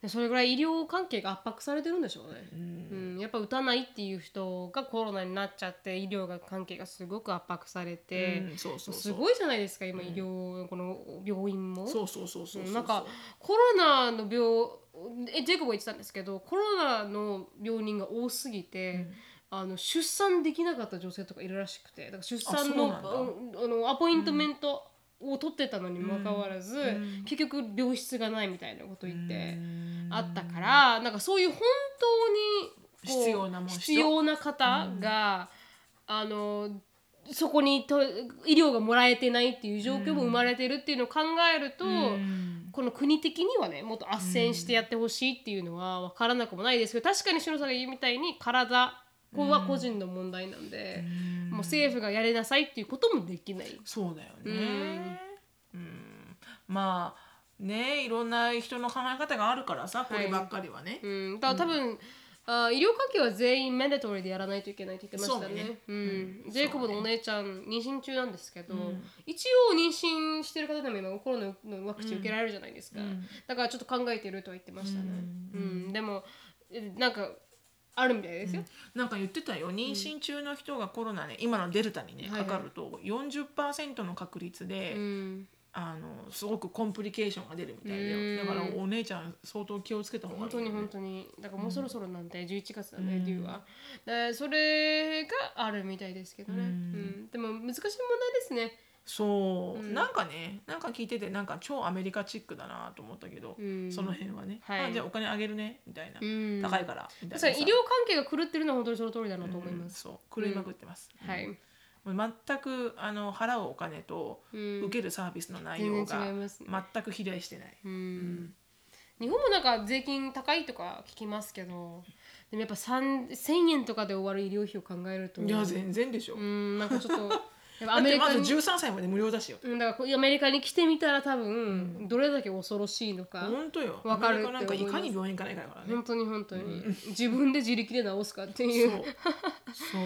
Speaker 1: でそれぐらい医療関係が圧迫されてるんでしょうね
Speaker 2: う
Speaker 1: うんん、やっぱ打たないっていう人がコロナになっちゃって医療が関係がすごく圧迫されて、
Speaker 2: うんそうそうそう
Speaker 1: すごいじゃないですか今、
Speaker 2: うん
Speaker 1: 医療この病院も
Speaker 2: そうそうそうそうそううん
Speaker 1: なんかコロナの病えジェイコブが言ってたんですけどコロナの病人が多すぎて、
Speaker 2: うん
Speaker 1: あの出産できなかった女性とかいるらしくてだから出産
Speaker 2: あ
Speaker 1: の
Speaker 2: そう
Speaker 1: あのアポイントメントを取ってたのにもかかわらず、
Speaker 2: うん
Speaker 1: 結局病室がないみたいなこと言って。
Speaker 2: うん
Speaker 1: あったから、なんかそういう本当にこう
Speaker 2: 必要なもん
Speaker 1: 必要な方が、あのそこにと医療がもらえてないっていう状況も生まれてるっていうのを考えると、
Speaker 2: うん
Speaker 1: この国的にはねもっと斡旋してやってほしいっていうのは分からなくもないですけど確かに篠さんが言うみたいに体これは個人の問題なんで、もう政府がやれなさいっていうこともできない。
Speaker 2: そうだよね。うんまあねいろんな人の考え方があるからさこればっかりはね。
Speaker 1: うん、だから多分、あ医療関係は全員メンダトリーでやらないといけないって言ってましたね
Speaker 2: そうね
Speaker 1: うん
Speaker 2: うん
Speaker 1: ジェイコブのお姉ちゃん妊娠中なんですけど、
Speaker 2: うん
Speaker 1: 一応妊娠してる方でも今コロナのワクチン受けられるじゃないですか、
Speaker 2: うん
Speaker 1: だからちょっと考えてるとは言ってましたね、う
Speaker 2: うんん
Speaker 1: でもえなんかあるみたいですよ、
Speaker 2: なんか言ってたよ妊娠中の人がコロナね今のデルタにね
Speaker 1: はいはい
Speaker 2: かかると40%の確率
Speaker 1: う
Speaker 2: で
Speaker 1: ん
Speaker 2: あのすごくコンプリケーションが出るみたいだ
Speaker 1: うん
Speaker 2: よ。だからお姉ちゃん相当気をつけた方がいい
Speaker 1: 本
Speaker 2: よ
Speaker 1: 当
Speaker 2: ね。
Speaker 1: に本当にだからもうそろそろなんて11月なんで、
Speaker 2: うん
Speaker 1: デューはでそれがあるみたいですけどね、う
Speaker 2: うんん
Speaker 1: でも難しい問題ですね
Speaker 2: そ
Speaker 1: う
Speaker 2: う、
Speaker 1: ん
Speaker 2: なんかねなんか聞いててなんか超アメリカチックだなと思ったけど、
Speaker 1: うん
Speaker 2: その辺はね、
Speaker 1: はい
Speaker 2: あじゃあお金あげるねみたいな、
Speaker 1: うん
Speaker 2: 高いからみたい
Speaker 1: 確
Speaker 2: なさ
Speaker 1: かに医療関係が狂ってるのは本当にその通りだなと思います。
Speaker 2: うんそう狂いまくってます、
Speaker 1: はい、
Speaker 2: うんもう全くあの払うお金と
Speaker 1: うん
Speaker 2: 受けるサービスの内
Speaker 1: 全
Speaker 2: 容
Speaker 1: 然違い
Speaker 2: が
Speaker 1: ますね。
Speaker 2: 全く比例してない、
Speaker 1: う、
Speaker 2: うんん
Speaker 1: 日本もなんか税金高いとか聞きますけど、でもやっぱ三千円とかで終わる医療費を考えると、
Speaker 2: いや全然でしょ、
Speaker 1: うんなんかちょっ とやっぱ
Speaker 2: だ
Speaker 1: ア
Speaker 2: っ
Speaker 1: メ
Speaker 2: て
Speaker 1: リ
Speaker 2: ま
Speaker 1: カ
Speaker 2: ず
Speaker 1: に
Speaker 2: 13歳まで無料だしよ
Speaker 1: うんだからこうアメリカに来てみたら多分、どれだけ恐ろしいのか。
Speaker 2: 本当よ
Speaker 1: わかるって
Speaker 2: アメリカなんかいかに病院行かないからね
Speaker 1: 本当に本当に、自分で自力で治すかっていう
Speaker 2: そうそう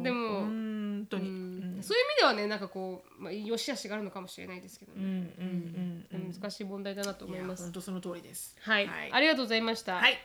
Speaker 2: う
Speaker 1: でも
Speaker 2: 本当
Speaker 1: う
Speaker 2: に、
Speaker 1: んそういう意味ではねなんかこう、まあ、良し悪しがあるのかもしれないですけど
Speaker 2: うんう
Speaker 1: ね、
Speaker 2: んうんうん
Speaker 1: 難しい問題だなと思います
Speaker 2: や本当その通りです。
Speaker 1: はい、
Speaker 2: はい
Speaker 1: ありがとうございました、
Speaker 2: はい。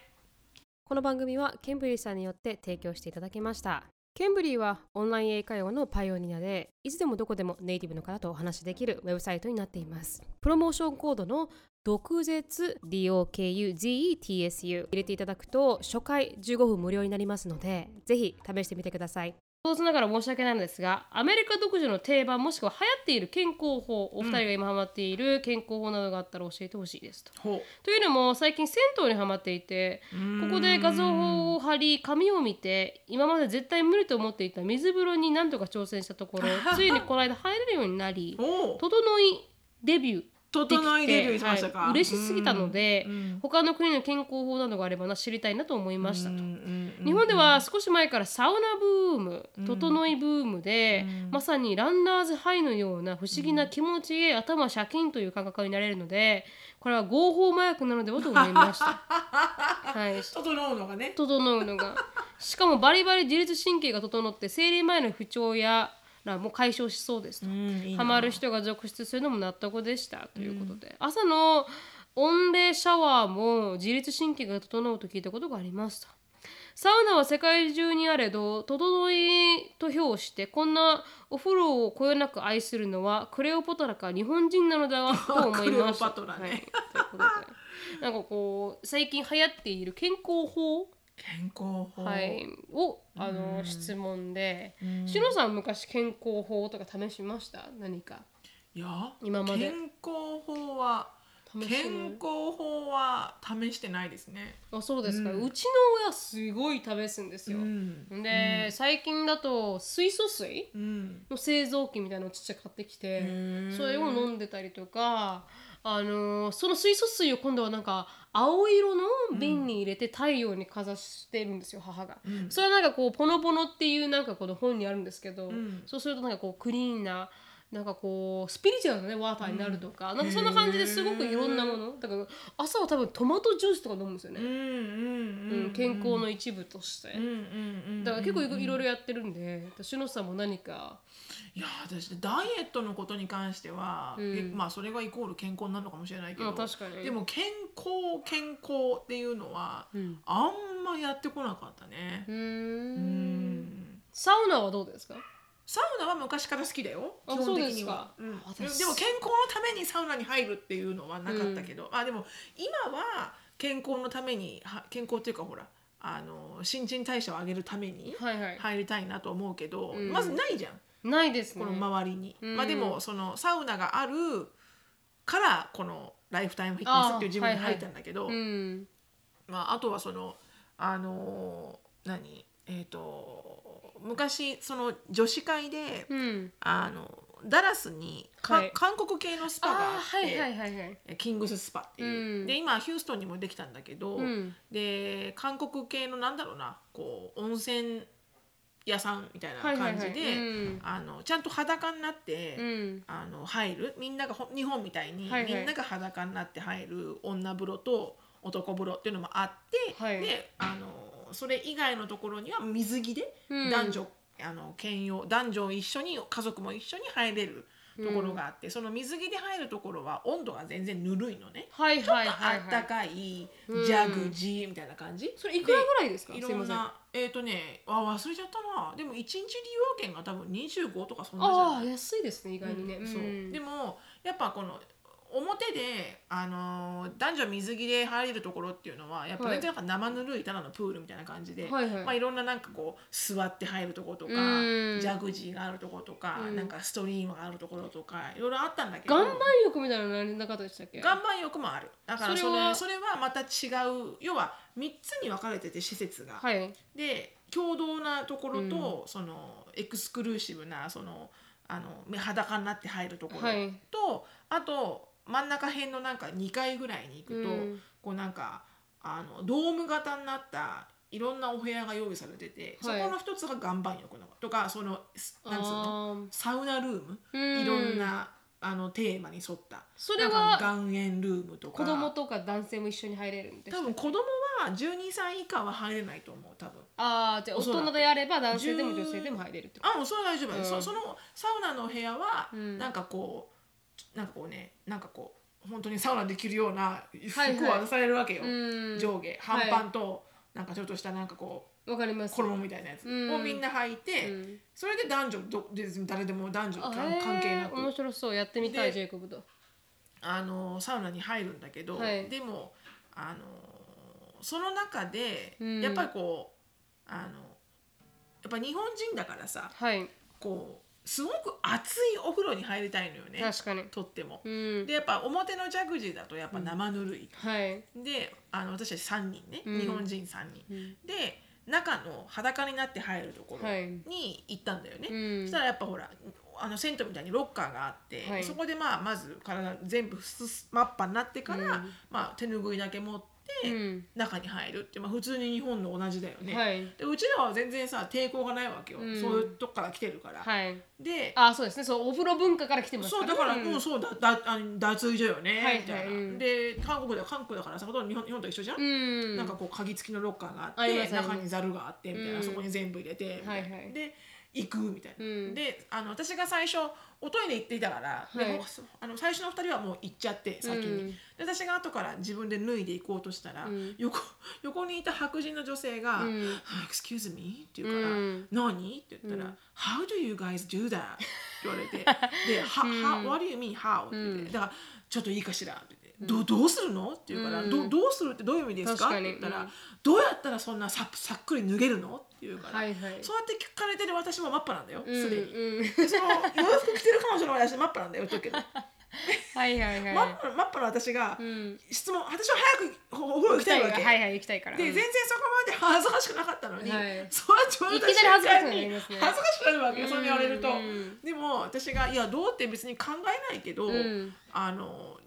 Speaker 1: この番組はケンブリーさんによって提供していただきましたケンブリーはオンライン英会話のパイオニアでいつでもどこでもネイティブの方とお話しできるウェブサイトになっていますプロモーションコードの独舌 DOKUZETSU 入れていただくと初回15分無料になりますのでぜひ試してみてください当然ながら申し訳ないのですがアメリカ独自の定番もしくは流行っている健康法お二人が今ハマっている健康法などがあったら教えてほしいですと、
Speaker 2: ほ
Speaker 1: というのも最近銭湯にハマっていて
Speaker 2: う
Speaker 1: ここで画像
Speaker 2: を
Speaker 1: を貼り紙を見て今まで絶対無理と思っていた水風呂に何とか挑戦したと ころついにこの間入れるようになり
Speaker 2: おう
Speaker 1: 整いデビューできて
Speaker 2: 整いデビューしましたか。
Speaker 1: はい嬉しすぎたので
Speaker 2: うんうん
Speaker 1: 他の国の健康法などがあればな知りたいなと思いましたと
Speaker 2: うんうんうん
Speaker 1: 日本では少し前からサウナブーム整いブームで、
Speaker 2: うん
Speaker 1: まさにランナーズハイのような不思議な気持ちへ頭シャキンという感覚になれるのでこれは合法麻薬なのではと思いました。はい、
Speaker 2: 整うのがね。
Speaker 1: 整うのがしかもバリバリ自律神経が整って生理前の不調やらも解消しそうですと、ハマる人が続出するのも納得でしたということで、朝の温冷シャワーも自律神経が整うと聞いたことがありましたサウナは世界中にあれど整いと評してこんなお風呂をこよなく愛するのはクレオパトラか日本人なのだわと思いました
Speaker 2: クレオパトラ
Speaker 1: はい、という
Speaker 2: ね
Speaker 1: ことでなんかこう最近流行っている健康法
Speaker 2: 健康法。
Speaker 1: はい、をあ
Speaker 2: う
Speaker 1: の
Speaker 2: ん
Speaker 1: 質問で、
Speaker 2: うん
Speaker 1: しのさん昔健康法とか試しました何か
Speaker 2: いや。
Speaker 1: 今まで
Speaker 2: 健康法は。
Speaker 1: 面白い
Speaker 2: 健康法は試してないですね。
Speaker 1: あそうですか、
Speaker 2: う
Speaker 1: うんちの親すごい試すんですよ、
Speaker 2: ん
Speaker 1: で、最近だと水素水
Speaker 2: うん、
Speaker 1: の製造機みたいなのをちっちゃく買ってきて、それを
Speaker 2: ん
Speaker 1: 飲んでたりとか、あのーその水素水を今度はなんか青色の瓶に入れて太陽にかざしてるんですよ、母が。
Speaker 2: うん
Speaker 1: それはなんかこう「ポノポノ」っていうなんかこの本にあるんですけど、
Speaker 2: うん
Speaker 1: そうするとなんかこうクリーンななんかこうスピリチュアルなねワーターになるとか、なんかそんな感じですごくいろんなものだから朝は多分トマトジュースとか飲むんですよ
Speaker 2: うん
Speaker 1: ね、
Speaker 2: うん
Speaker 1: う
Speaker 2: うん
Speaker 1: ん健康の
Speaker 2: うん
Speaker 1: 一部として、
Speaker 2: うんうん
Speaker 1: だから結構い
Speaker 2: うんうん
Speaker 1: ろいろいろやってるんで私のさんも何か
Speaker 2: いや私ダイエットのことに関しては、
Speaker 1: うん
Speaker 2: えまあそれがイコール健康になるのかもしれないけど、
Speaker 1: まあ確かに
Speaker 2: でも健康健康っていうのは
Speaker 1: うん
Speaker 2: あんまやってこなかったね
Speaker 1: うー。
Speaker 2: うんん
Speaker 1: サウナはどうですか
Speaker 2: サウナは昔から好きだよ
Speaker 1: あ
Speaker 2: 基本
Speaker 1: そう
Speaker 2: 的には
Speaker 1: ですか
Speaker 2: うん、で
Speaker 1: 私
Speaker 2: でも健康のためにサウナに入るっていうのはなかったけど、まあでも今は健康のためには健康っていうかほらあの新陳代謝を上げるために
Speaker 1: はいはい、
Speaker 2: 入りたいなと思うけど、
Speaker 1: うん
Speaker 2: まずないじゃん
Speaker 1: ないですね
Speaker 2: この周りに、
Speaker 1: うん
Speaker 2: まあでもそのサウナがあるからこのライフタイムフィットネスっていう自分に入ったんだけどあ,、
Speaker 1: うん
Speaker 2: まあ、あとはそのあのー何えっ、と昔その女子会で、
Speaker 1: うん
Speaker 2: あのダラスに、か
Speaker 1: はい
Speaker 2: 韓国系のスパがあ
Speaker 1: ああ
Speaker 2: っ
Speaker 1: は
Speaker 2: て、
Speaker 1: いはいはいはい
Speaker 2: キングススパっていう、
Speaker 1: うん
Speaker 2: で今ヒューストンにもできたんだけど、
Speaker 1: うん
Speaker 2: で韓国系のなんだろうなこう温泉屋さんみたいな
Speaker 1: はいはい
Speaker 2: 感
Speaker 1: は
Speaker 2: じ
Speaker 1: い
Speaker 2: で、
Speaker 1: うん
Speaker 2: あのちゃんと裸になって、
Speaker 1: うん
Speaker 2: あの入るみんながほ日本みたいに、
Speaker 1: はいはい
Speaker 2: みんなが裸になって入る女風呂と男風呂っていうのもあって、
Speaker 1: はい
Speaker 2: であのそれ以外のところには水着で
Speaker 1: うん
Speaker 2: 男女、あの兼用男女一緒に家族も一緒に入れるところがあって、その水着で入るところは温度が全然ぬるいのね。
Speaker 1: はい
Speaker 2: ちょっ
Speaker 1: はい
Speaker 2: と
Speaker 1: は
Speaker 2: あ
Speaker 1: い
Speaker 2: っ
Speaker 1: は
Speaker 2: た
Speaker 1: い
Speaker 2: かい、ジャグジーみたいな感じ。
Speaker 1: それいくらぐらいですか
Speaker 2: い
Speaker 1: す
Speaker 2: ろ
Speaker 1: ま
Speaker 2: ん
Speaker 1: せん
Speaker 2: なえっ、とねあ忘れちゃったなでも一日利用券が多分25とかそんなじゃない
Speaker 1: ああ安いですね意外にね、
Speaker 2: うん
Speaker 1: ん、
Speaker 2: そうでもやっぱこの表で、あのー男女水着で入れるところっていうのはやっぱ
Speaker 1: はい
Speaker 2: 全然なんか生ぬるいただのプールみたいな感じで、
Speaker 1: はいはい
Speaker 2: まあ、いろんななんかこう座って入るところとかジ
Speaker 1: うん
Speaker 2: ャグジーがあるところとか、
Speaker 1: うん
Speaker 2: なんかストリームがあるところとかいろいろあったんだけど
Speaker 1: 岩盤浴みたいなのなかったでしたっけ
Speaker 2: 岩盤浴もあるだからそ
Speaker 1: それ
Speaker 2: れ
Speaker 1: は
Speaker 2: それはまた違う要は3つに分かれてて施設が、
Speaker 1: はい
Speaker 2: で共同なところと、そのエクスクルーシブなそのあの裸になって入るところと、
Speaker 1: はい
Speaker 2: あと真ん中辺のなんか2階ぐらいに行くと、
Speaker 1: うん
Speaker 2: こうなんかあのドーム型になったいろんなお部屋が用意されてて、
Speaker 1: はい
Speaker 2: そこの一つが岩盤浴のとかそのすなんつうの
Speaker 1: あ
Speaker 2: サウナルーム、
Speaker 1: ー
Speaker 2: いろん
Speaker 1: う
Speaker 2: なあのテーマに沿った
Speaker 1: それは
Speaker 2: なんか岩塩ルームとか
Speaker 1: 子供とか男性も一緒に入れるんです
Speaker 2: 多分子供は12歳以下は入れないと思う多分。
Speaker 1: ああじゃあ大人でやれば男性でも
Speaker 2: 10
Speaker 1: 女性でも入れるってこと
Speaker 2: あもうそれは大丈夫、
Speaker 1: うん
Speaker 2: そそのサウナの部屋は、
Speaker 1: うん
Speaker 2: なんかこうなんかこうねなんかこう本当にサウナできるような
Speaker 1: はい
Speaker 2: 服を渡されるわけよ、
Speaker 1: うん
Speaker 2: 上下半パンと、なんかちょっとしたなんかこ
Speaker 1: わかりま
Speaker 2: う
Speaker 1: す
Speaker 2: 衣みたいなやつ
Speaker 1: うん
Speaker 2: をみんな履いて、
Speaker 1: うん
Speaker 2: それで男女どで誰でも男女
Speaker 1: あ
Speaker 2: 関関係な
Speaker 1: へー面
Speaker 2: く
Speaker 1: 白そうやってみた
Speaker 2: で
Speaker 1: いジェイコブと
Speaker 2: あのサウナに入るんだけど、
Speaker 1: はい
Speaker 2: でもあのその中で、
Speaker 1: うん
Speaker 2: やっぱりこうあのやっぱ日本人だからさ、
Speaker 1: はい
Speaker 2: こうすごく熱いお風呂に入りたいのよね
Speaker 1: 確かに
Speaker 2: とっても
Speaker 1: う。ん
Speaker 2: でやっぱ表のジャグジーだとやっぱ生ぬるい。
Speaker 1: はい
Speaker 2: であの私たち3人ね、
Speaker 1: うん
Speaker 2: 日本人3人。
Speaker 1: うん
Speaker 2: で中の裸になって入るところ
Speaker 1: はい
Speaker 2: に行ったんだよね。
Speaker 1: うん
Speaker 2: そしたらやっぱほらあの銭湯みたいにロッカーがあって、
Speaker 1: はい
Speaker 2: そこでまあまず体全部すすマッパになってから、
Speaker 1: うん
Speaker 2: まあ、手拭いだけ持って、
Speaker 1: うん
Speaker 2: 中に入るって、まあ、普通に日本の同じだよね。
Speaker 1: はい
Speaker 2: でうちらは全然さ抵抗がないわけよ、
Speaker 1: うん
Speaker 2: そういうとこから来てるから。
Speaker 1: はい
Speaker 2: で
Speaker 1: あそうですねそうお風呂文化から来てます
Speaker 2: そう
Speaker 1: ね
Speaker 2: だから、
Speaker 1: うん
Speaker 2: うん、そうだだあ脱衣所よね、
Speaker 1: はいはい
Speaker 2: みたいな、
Speaker 1: うん
Speaker 2: で韓国で韓国だからさほとんど日本日本と一緒じゃん、
Speaker 1: うん
Speaker 2: なんかこう鍵付きのロッカーがあっ
Speaker 1: あり
Speaker 2: て
Speaker 1: ますあります
Speaker 2: 中にザルがあってみたいな、
Speaker 1: うん
Speaker 2: そこに全部入れてみたいな、
Speaker 1: はいはい
Speaker 2: で行くみたいな、
Speaker 1: うん
Speaker 2: であの私が最初おトイレ行っていたから、で
Speaker 1: はい
Speaker 2: もうそあの最初の2人はもう行っちゃって先に、
Speaker 1: うん
Speaker 2: で私が後から自分で脱いで行こうとしたら、
Speaker 1: うん
Speaker 2: 横横にいた白人の女性が「
Speaker 1: うん
Speaker 2: Excuse me」って言うから「
Speaker 1: うん
Speaker 2: 何?」って言ったら、
Speaker 1: うん
Speaker 2: How do you guys do that? って言わ れて、で、は、は、what do you mean how? って言っ
Speaker 1: う
Speaker 2: て、だから、ちょっといいかしらって言って、ど、どうするのって言うから、
Speaker 1: うん
Speaker 2: ど、どうするってどういう意味です
Speaker 1: 確
Speaker 2: かっ
Speaker 1: か
Speaker 2: て
Speaker 1: に
Speaker 2: 言ったら、
Speaker 1: うん
Speaker 2: どうやったらそんなさ、さっくり脱げるのって言うから、
Speaker 1: はいはい
Speaker 2: そうやって聞かれてる私もマッパなんだよ、
Speaker 1: うん
Speaker 2: すでに。
Speaker 1: うん
Speaker 2: でその洋服着てる彼女の私マッパなんだよ、言っとくけど。
Speaker 1: はいはいはい
Speaker 2: マッパのマッパの私が
Speaker 1: うん
Speaker 2: 質問私は早くおお風呂行
Speaker 1: 行
Speaker 2: き
Speaker 1: き
Speaker 2: た
Speaker 1: た
Speaker 2: い
Speaker 1: い
Speaker 2: わ
Speaker 1: わ
Speaker 2: け、
Speaker 1: けはいはい行きたいから
Speaker 2: で
Speaker 1: う
Speaker 2: 全
Speaker 1: ん
Speaker 2: 然そこまで恥ずかしくなかったのに、
Speaker 1: はい
Speaker 2: そうやって言われた瞬間に
Speaker 1: いきなり恥ずかしくなりますね
Speaker 2: 恥ずかしくなるわけよ、そう言われると、
Speaker 1: うん
Speaker 2: でも私が「いやどう?」って別に考えないけど、
Speaker 1: うん
Speaker 2: あの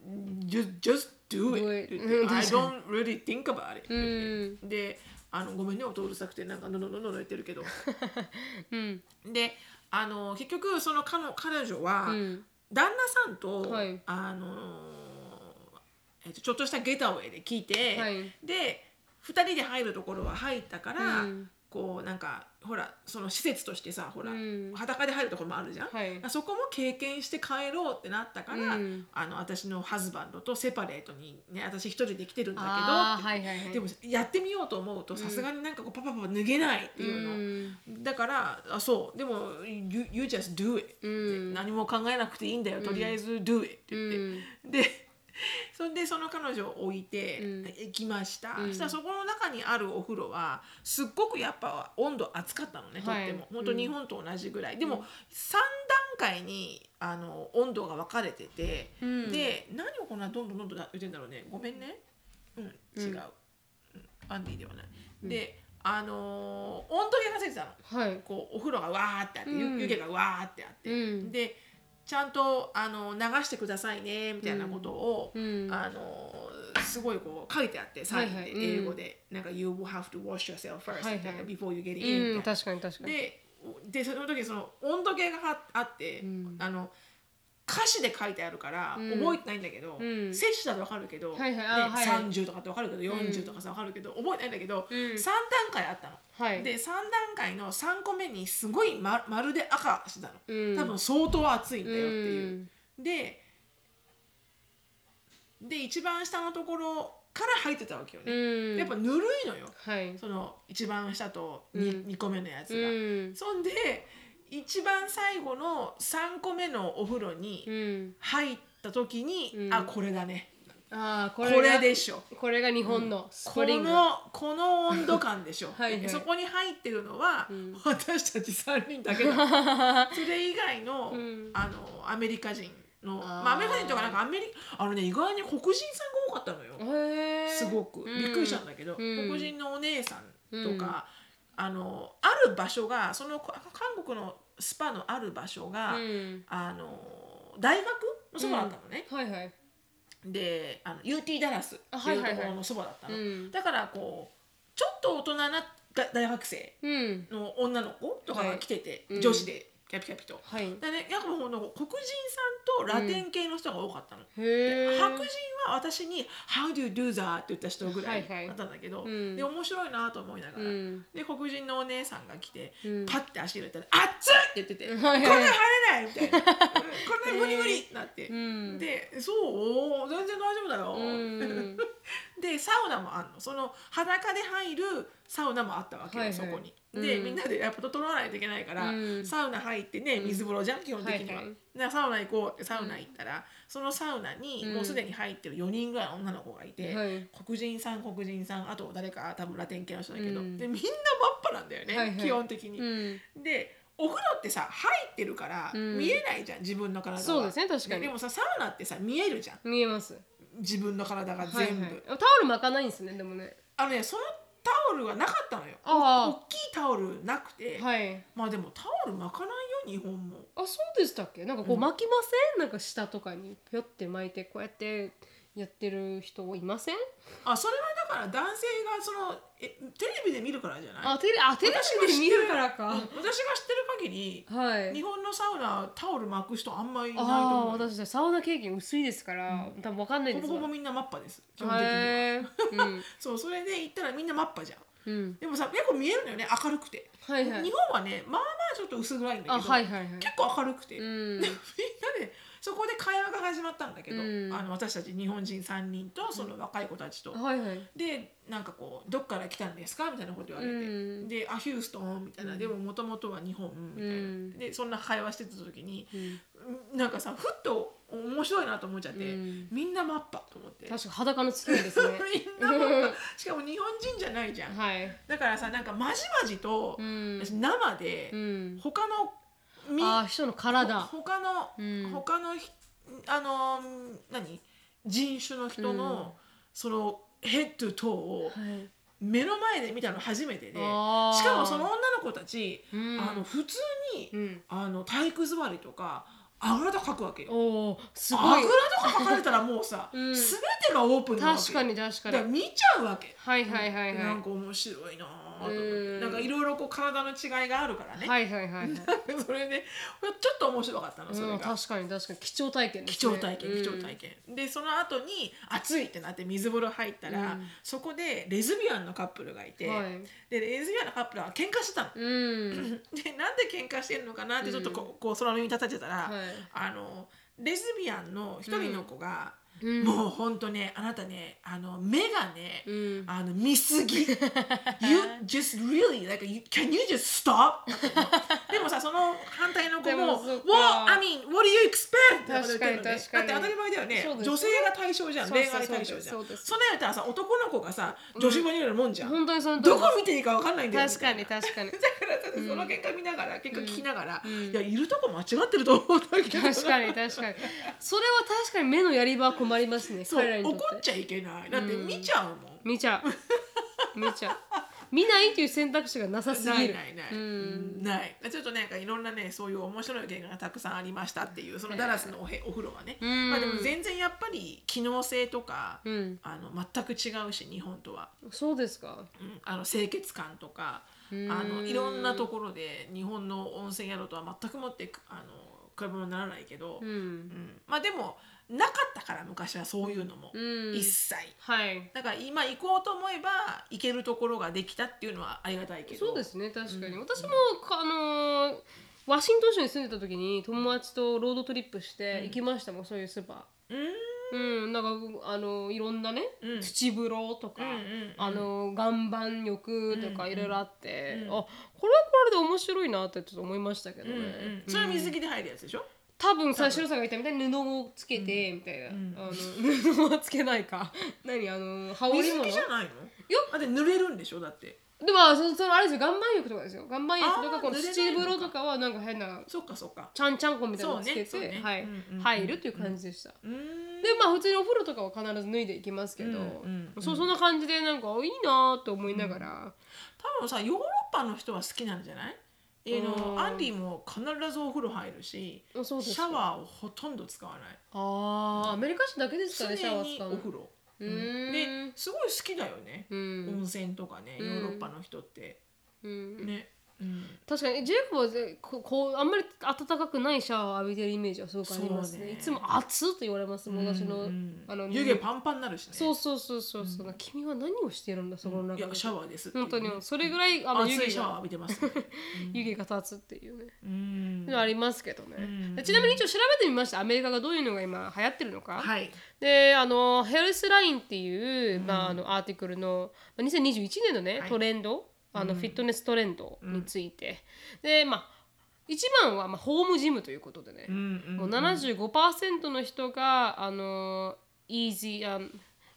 Speaker 2: just, just do it,
Speaker 1: Do it
Speaker 2: って言って
Speaker 1: うん
Speaker 2: I don't really think about it、
Speaker 1: うん
Speaker 2: であの「ごめんね音うるさくてなんかののののの言ってるけど」
Speaker 1: うん
Speaker 2: であの結局その彼の彼女は、
Speaker 1: うん
Speaker 2: 旦那さんと、
Speaker 1: はい
Speaker 2: あのーえっと、ちょっとしたゲタウェイで聞いて、
Speaker 1: はい
Speaker 2: で2人で入るところは入ったから、
Speaker 1: うん
Speaker 2: こうなんかほらその施設としてさほら、
Speaker 1: うん
Speaker 2: 裸で入るところもあるじゃん、
Speaker 1: はい
Speaker 2: そこも経験して帰ろうってなったから、
Speaker 1: うん
Speaker 2: あの私のハズバンドとセパレートに、ね、私一人で来てるんだけど
Speaker 1: あー
Speaker 2: って、
Speaker 1: はいはいはい
Speaker 2: でもやってみようと思うとさすがになんかこうパパパパ脱げないっていうの。
Speaker 1: うん
Speaker 2: だからあそうでも「you, you just do it」って、
Speaker 1: うん
Speaker 2: 何も考えなくていいんだよ、とりあえず「do it」って言って、でそんでその彼女を置いて
Speaker 1: うん
Speaker 2: 行きました、
Speaker 1: うん
Speaker 2: そしたらそこの中にあるお風呂はすっごくやっぱ温度暑かったのね、
Speaker 1: はい
Speaker 2: とっても本当
Speaker 1: うん
Speaker 2: 日本と同じぐらい、でも
Speaker 1: うん
Speaker 2: 3段階にあの温度が分かれてて、
Speaker 1: うん
Speaker 2: で何をこんなどんどんどんどん言ってんだろうねごめんねうん違う、うんアンディではない、であのー温度計がついてたの。
Speaker 1: はい
Speaker 2: こうお風呂がわーってあって、ゆ
Speaker 1: うん
Speaker 2: 湯気がわーってあって、
Speaker 1: うん
Speaker 2: でちゃんとあの流してくださいねみたいなことを、
Speaker 1: うん
Speaker 2: あのすごいこう書いてあってサインで、
Speaker 1: はいはい
Speaker 2: 英語で、なんか「You will have to wash yourself first、
Speaker 1: はいはい
Speaker 2: before you get
Speaker 1: う
Speaker 2: in」み
Speaker 1: ん
Speaker 2: たい
Speaker 1: 確かに確か
Speaker 2: な。
Speaker 1: に
Speaker 2: ででその時その温度計がはあって、
Speaker 1: うん
Speaker 2: あの歌詞で書いてあるから
Speaker 1: うん
Speaker 2: 覚えてないんだけど、
Speaker 1: うん
Speaker 2: 摂氏だとわかるけど、
Speaker 1: はいはいあ
Speaker 2: ね
Speaker 1: ーはい
Speaker 2: 30とかってわかるけど40とかさわかるけど、覚えてないんだけど、
Speaker 1: うん
Speaker 2: 3段階あったの。
Speaker 1: はい
Speaker 2: で3段階の3個目にすごいままるで赤してたの、
Speaker 1: うん
Speaker 2: 多分相当暑いん
Speaker 1: う
Speaker 2: だよっていう、
Speaker 1: ん
Speaker 2: でで一番下のところから入ってたわけよ
Speaker 1: う
Speaker 2: ね、
Speaker 1: ん
Speaker 2: やっぱぬるいのよ
Speaker 1: はい
Speaker 2: その一番下と 2,、
Speaker 1: う
Speaker 2: 二個目のやつ
Speaker 1: う
Speaker 2: が、
Speaker 1: ん
Speaker 2: そんで一番最後の3個目のお風呂に
Speaker 1: うん
Speaker 2: 入った時に、
Speaker 1: うん
Speaker 2: あこれだね
Speaker 1: ああこ
Speaker 2: こ
Speaker 1: れ
Speaker 2: れ
Speaker 1: が
Speaker 2: でしょ
Speaker 1: これが日本のス
Speaker 2: こ
Speaker 1: プリング
Speaker 2: のこの温度感でしょ
Speaker 1: はいはい
Speaker 2: そこに入ってるのは、
Speaker 1: うん
Speaker 2: 私たち3人だ けだそれ以外の,、
Speaker 1: うん
Speaker 2: あのアメリカ人の
Speaker 1: あー
Speaker 2: まあ、アメリカ人とかなんかアメリあのね意外に黒人さんが多かったのよ、
Speaker 1: へえ
Speaker 2: すごく
Speaker 1: うん
Speaker 2: びっくりしたんだけど、
Speaker 1: うん
Speaker 2: 黒人のお姉さんとか、あのある場所がそのか韓国のスパのある場所が、
Speaker 1: うん
Speaker 2: あの大学のそばだったのね、
Speaker 1: はいはい
Speaker 2: であの UT ダラスっていうところのそばだったの、
Speaker 1: あはいはいはいうん
Speaker 2: だからこうちょっと大人なが大学生
Speaker 1: うん
Speaker 2: の女の子とかが来てて、
Speaker 1: はいうん
Speaker 2: 女子でキャピキャピと。
Speaker 1: はい
Speaker 2: だね、やっぱこの黒人さんとラテン系の人が多かったの、
Speaker 1: へえ
Speaker 2: 白人は私に「How do you do that?」って言った人ぐらい
Speaker 1: はいはい
Speaker 2: だったんだけど、
Speaker 1: うん
Speaker 2: で面白いなと思いながら、
Speaker 1: うん
Speaker 2: で黒人のお姉さんが来て、
Speaker 1: うん
Speaker 2: パッて足入れたら「熱っ!」って言ってて「こ
Speaker 1: は
Speaker 2: ん
Speaker 1: い
Speaker 2: な
Speaker 1: は
Speaker 2: に
Speaker 1: い
Speaker 2: 入れない!」みたいな「うんこんなに無理無理!」なって、
Speaker 1: うん
Speaker 2: で「そう全然大丈夫だよ」
Speaker 1: うん
Speaker 2: でサウナもあんのその裸で入るサウナもあったわけよ、
Speaker 1: はいはい
Speaker 2: そこに。で、
Speaker 1: うん
Speaker 2: みんなでやっぱ整わないといけないから、
Speaker 1: うん
Speaker 2: サウナ入ってね水風呂じゃん、基本的には。
Speaker 1: はいはい
Speaker 2: なサウナ行こうってサウナ行ったら、そのサウナに
Speaker 1: うん
Speaker 2: もうすでに入ってる4人ぐらいの女の子がいて、
Speaker 1: はい
Speaker 2: 黒人さん黒人さんあと誰か多分ラテン系の人だけど、
Speaker 1: うん
Speaker 2: でみんなマッパなんだよね、
Speaker 1: はいはい
Speaker 2: 基本的に。
Speaker 1: うん
Speaker 2: でお風呂ってさ入ってるから
Speaker 1: うん
Speaker 2: 見えないじゃん、自分の体は
Speaker 1: そうですね確かに
Speaker 2: でもさサウナってさ見えるじゃん
Speaker 1: 見えます
Speaker 2: 自分の体が
Speaker 1: はい
Speaker 2: 全部、
Speaker 1: はいタオル巻かないんですねでもね
Speaker 2: あのねそのタオルがなかったのよ大
Speaker 1: あ
Speaker 2: きいタオルなくて、
Speaker 1: あはい
Speaker 2: まあでもタオル巻かないよ日本も
Speaker 1: あそうでしたっけなんかこ
Speaker 2: う
Speaker 1: うん巻きません、なんか下とかにぴょって巻いてこうやってやってる人いません
Speaker 2: あそれはだから男性がそのえテレビで見るからじゃない
Speaker 1: あテレあテレ
Speaker 2: 私
Speaker 1: ビ
Speaker 2: が知っ
Speaker 1: で
Speaker 2: て
Speaker 1: 見
Speaker 2: る
Speaker 1: るから
Speaker 2: うん私
Speaker 1: か
Speaker 2: が知ってる限り
Speaker 1: はい
Speaker 2: 日本のサウナタオル巻く人あんまりいないと
Speaker 1: ああ
Speaker 2: 思うよ
Speaker 1: 私サウナ経験薄いですから、多分わかんない
Speaker 2: ほ
Speaker 1: で
Speaker 2: ぼ
Speaker 1: す
Speaker 2: ほぼ
Speaker 1: わ
Speaker 2: みんなマッパです基本的には、
Speaker 1: へえうん
Speaker 2: そうそれで行ったらみんなマッパじゃん
Speaker 1: うん
Speaker 2: でもさ結構見えるのよね明るくて、
Speaker 1: はいはい
Speaker 2: 日本はねまあまあちょっと薄暗いんだけど、
Speaker 1: あはいはいはい
Speaker 2: 結構明るくて、
Speaker 1: うん
Speaker 2: でみんなでそこで会話が始まったんだけど、
Speaker 1: うん
Speaker 2: あの私たち日本人3人とその若い子たちと、
Speaker 1: はいはい
Speaker 2: でなんかこう「どっから来たんですか?」みたいなこと言われて「
Speaker 1: うん
Speaker 2: であヒューストン」みたいな「でももともとは日本」みたいな、
Speaker 1: うん
Speaker 2: でそんな会話してた時に
Speaker 1: うん
Speaker 2: なんかさふっと面白いなと思っちゃって、
Speaker 1: うん
Speaker 2: みんなマッパと思ってみ
Speaker 1: 確か裸の作りですね
Speaker 2: んなマッパしかも日本人じゃないじゃん、
Speaker 1: はい
Speaker 2: だからさなんかまじまじと、
Speaker 1: うん
Speaker 2: 私生で
Speaker 1: うん
Speaker 2: 他のみ
Speaker 1: ああ人の体
Speaker 2: ほ他の、
Speaker 1: うん
Speaker 2: 他のひあの何人種の人の、
Speaker 1: うん
Speaker 2: そのヘッドトを
Speaker 1: はい、
Speaker 2: 目の前で見たの初めてで、
Speaker 1: あー
Speaker 2: しかもその、女の子たち、
Speaker 1: うん、
Speaker 2: あの普通に、
Speaker 1: うん、
Speaker 2: あの体育座りとかあぐらとか書くわけよ。
Speaker 1: おーす
Speaker 2: あ
Speaker 1: ご
Speaker 2: ぐ
Speaker 1: い
Speaker 2: らとか書かれたらもうさ、
Speaker 1: うん
Speaker 2: 全てがオープンなわけよ
Speaker 1: 確かに確か
Speaker 2: だ
Speaker 1: に
Speaker 2: から見ちゃうわけ。
Speaker 1: はいはいはいは
Speaker 2: なん
Speaker 1: い
Speaker 2: か面白いなぁと思っ
Speaker 1: うん
Speaker 2: てなんかいろいろこう体の違いがあるからね、
Speaker 1: はいはいはいはい
Speaker 2: それでちょっと面白かったのそれが、
Speaker 1: うん、確かに確かに貴重体験です
Speaker 2: 貴
Speaker 1: ね
Speaker 2: 重体験
Speaker 1: うん
Speaker 2: 貴重体験、でその後に暑いってなって水風呂入ったら、
Speaker 1: うん
Speaker 2: そこでレズビアンのカップルがいて、
Speaker 1: はい
Speaker 2: でレズビアンのカップルは喧嘩してたの、
Speaker 1: うん
Speaker 2: でなんで喧嘩してるのかなってちょっとこう,、こう空耳立ててたら、
Speaker 1: はい
Speaker 2: あのレズビアンの一人の子が、
Speaker 1: うん
Speaker 2: もう本当ねあなたねあの目がね、
Speaker 1: うん
Speaker 2: あの見 すぎ You just really like you, can you just stop? でもさその反対の子
Speaker 1: で
Speaker 2: も
Speaker 1: もそっ
Speaker 2: What
Speaker 1: か
Speaker 2: I mean what do you expect? ってこと言ってるのね
Speaker 1: 確かに確かに
Speaker 2: だって当たり前だよね
Speaker 1: そうです
Speaker 2: 女性が対象じゃん
Speaker 1: そう
Speaker 2: 恋
Speaker 1: です
Speaker 2: 愛対象じゃん
Speaker 1: そ
Speaker 2: そう
Speaker 1: ですそうです
Speaker 2: んなんやったらさ男の子がさ女子版にいるようなもんじゃん、
Speaker 1: 本当にその通り
Speaker 2: どこ見ていいかわかんないんだよ
Speaker 1: です確かに
Speaker 2: みたい
Speaker 1: 確かに
Speaker 2: なだからさその喧嘩見ながら、喧嘩聞きながら、
Speaker 1: うん
Speaker 2: いやいるとこ間違ってると思うんだけ
Speaker 1: 確
Speaker 2: ど
Speaker 1: かに確かにそれは確かに目のやり場は困りますね
Speaker 2: そう
Speaker 1: 彼らにとっ
Speaker 2: 怒
Speaker 1: て
Speaker 2: っちゃいけないだって見ちゃうもん、
Speaker 1: 見ちゃう見ちゃう見ないという選択肢がなさすぎる
Speaker 2: ないないない、
Speaker 1: うん
Speaker 2: ないちょっとなんかいろんなねそういう面白い映画がたくさんありましたっていうそのダラスのおへお風呂はね、
Speaker 1: うん
Speaker 2: まあでも全然やっぱり機能性とか、
Speaker 1: うん
Speaker 2: あの全く違うし日本とは、
Speaker 1: そうですか
Speaker 2: うんあの清潔感とかあ
Speaker 1: うん
Speaker 2: のいろんなところで日本の温泉宿とは全くもってあの比べ物にならないけど、
Speaker 1: う
Speaker 2: うんんまあでもなかったから昔はそういうのも、
Speaker 1: うん
Speaker 2: 一切。
Speaker 1: はい
Speaker 2: だから今行こうと思えば行けるところができたっていうのはありがたいけど
Speaker 1: そうですね確かに
Speaker 2: うん
Speaker 1: 私もかあのーワシントン州に住んでた時に友達とロードトリップして行きましたもんそういうスーパ
Speaker 2: うん
Speaker 1: ーうんなんかあのいろんなね
Speaker 2: うん
Speaker 1: 土風呂とか
Speaker 2: うんうんうん
Speaker 1: あの岩盤浴と
Speaker 2: う
Speaker 1: か
Speaker 2: んうん
Speaker 1: いろいろあってあ
Speaker 2: う
Speaker 1: こ
Speaker 2: ん
Speaker 1: れはこれで面白いなってちょっと思いましたけど
Speaker 2: うんう
Speaker 1: ね
Speaker 2: ん、それは水着で入るやつでしょ、
Speaker 1: 多分さ白さんが言ったみたいに布をつけてみたいな、
Speaker 2: ん
Speaker 1: あの布はつけないか 何あの羽織
Speaker 2: 水
Speaker 1: 物
Speaker 2: 着じゃないのあで濡れるんでしょだって
Speaker 1: でもそそのあれですよ岩盤浴とかですよ岩盤浴と
Speaker 2: あ
Speaker 1: か
Speaker 2: ー
Speaker 1: この
Speaker 2: 濡れない
Speaker 1: 土
Speaker 2: のか
Speaker 1: 風呂とかはなんか変な
Speaker 2: そっかそっか
Speaker 1: ちゃんちゃんこみたいなのつけて、
Speaker 2: そうねそうね
Speaker 1: はい
Speaker 2: うんうんうん
Speaker 1: 入るっていう感じでした、
Speaker 2: うーん
Speaker 1: でまあ普通にお風呂とかは必ず脱いでいきますけど、
Speaker 2: うんうんうん
Speaker 1: そうそんな感じでなんかあいいなーと思いながら、
Speaker 2: 多分さヨーロッパの人は好きなんじゃないあ
Speaker 1: う
Speaker 2: の
Speaker 1: ん
Speaker 2: アンディも必ずお風呂入るし
Speaker 1: あそうです
Speaker 2: シ
Speaker 1: か
Speaker 2: ャワーをほとんど使わない
Speaker 1: あーアメリカ人だけです
Speaker 2: 常
Speaker 1: かねシャワー
Speaker 2: に
Speaker 1: 使う
Speaker 2: お
Speaker 1: の
Speaker 2: 風呂
Speaker 1: うーん
Speaker 2: ですごい好きだよね、
Speaker 1: うん
Speaker 2: 温泉とかねヨ
Speaker 1: うん
Speaker 2: ーロッパの人って、
Speaker 1: うん
Speaker 2: ね、うん、
Speaker 1: 確かにジェイコブはぜここうあんまり暖かくないシャワーを浴びてるイメージはすごくあります
Speaker 2: そう
Speaker 1: ね
Speaker 2: ね
Speaker 1: いつも熱っと言われますもん私の,、
Speaker 2: うん
Speaker 1: あの
Speaker 2: 湯気パンパンになるしね
Speaker 1: そうそうそうそうそう、君は何をしてるんだそこの中
Speaker 2: い
Speaker 1: で、
Speaker 2: やシャワーですっていう
Speaker 1: 本
Speaker 2: ね
Speaker 1: 当にそれぐらいあの湯
Speaker 2: 熱い
Speaker 1: 気
Speaker 2: シャワー
Speaker 1: が
Speaker 2: 浴びてま す、ね、
Speaker 1: 湯気が立つっていうね、
Speaker 2: うん
Speaker 1: のありますけどね、
Speaker 2: うん
Speaker 1: でちなみに一応調べてみましたアメリカがどういうのが今流行ってるのか、
Speaker 2: はい
Speaker 1: であのヘルスラインっていう、まあ、あのアーティクルのまあ2021年のね、
Speaker 2: はい
Speaker 1: トレンドあの、フィットネストレンドについて、でまあ一番は、まあ、ホームジムということでね、
Speaker 2: うんうん
Speaker 1: もう75%の人があの easy、um,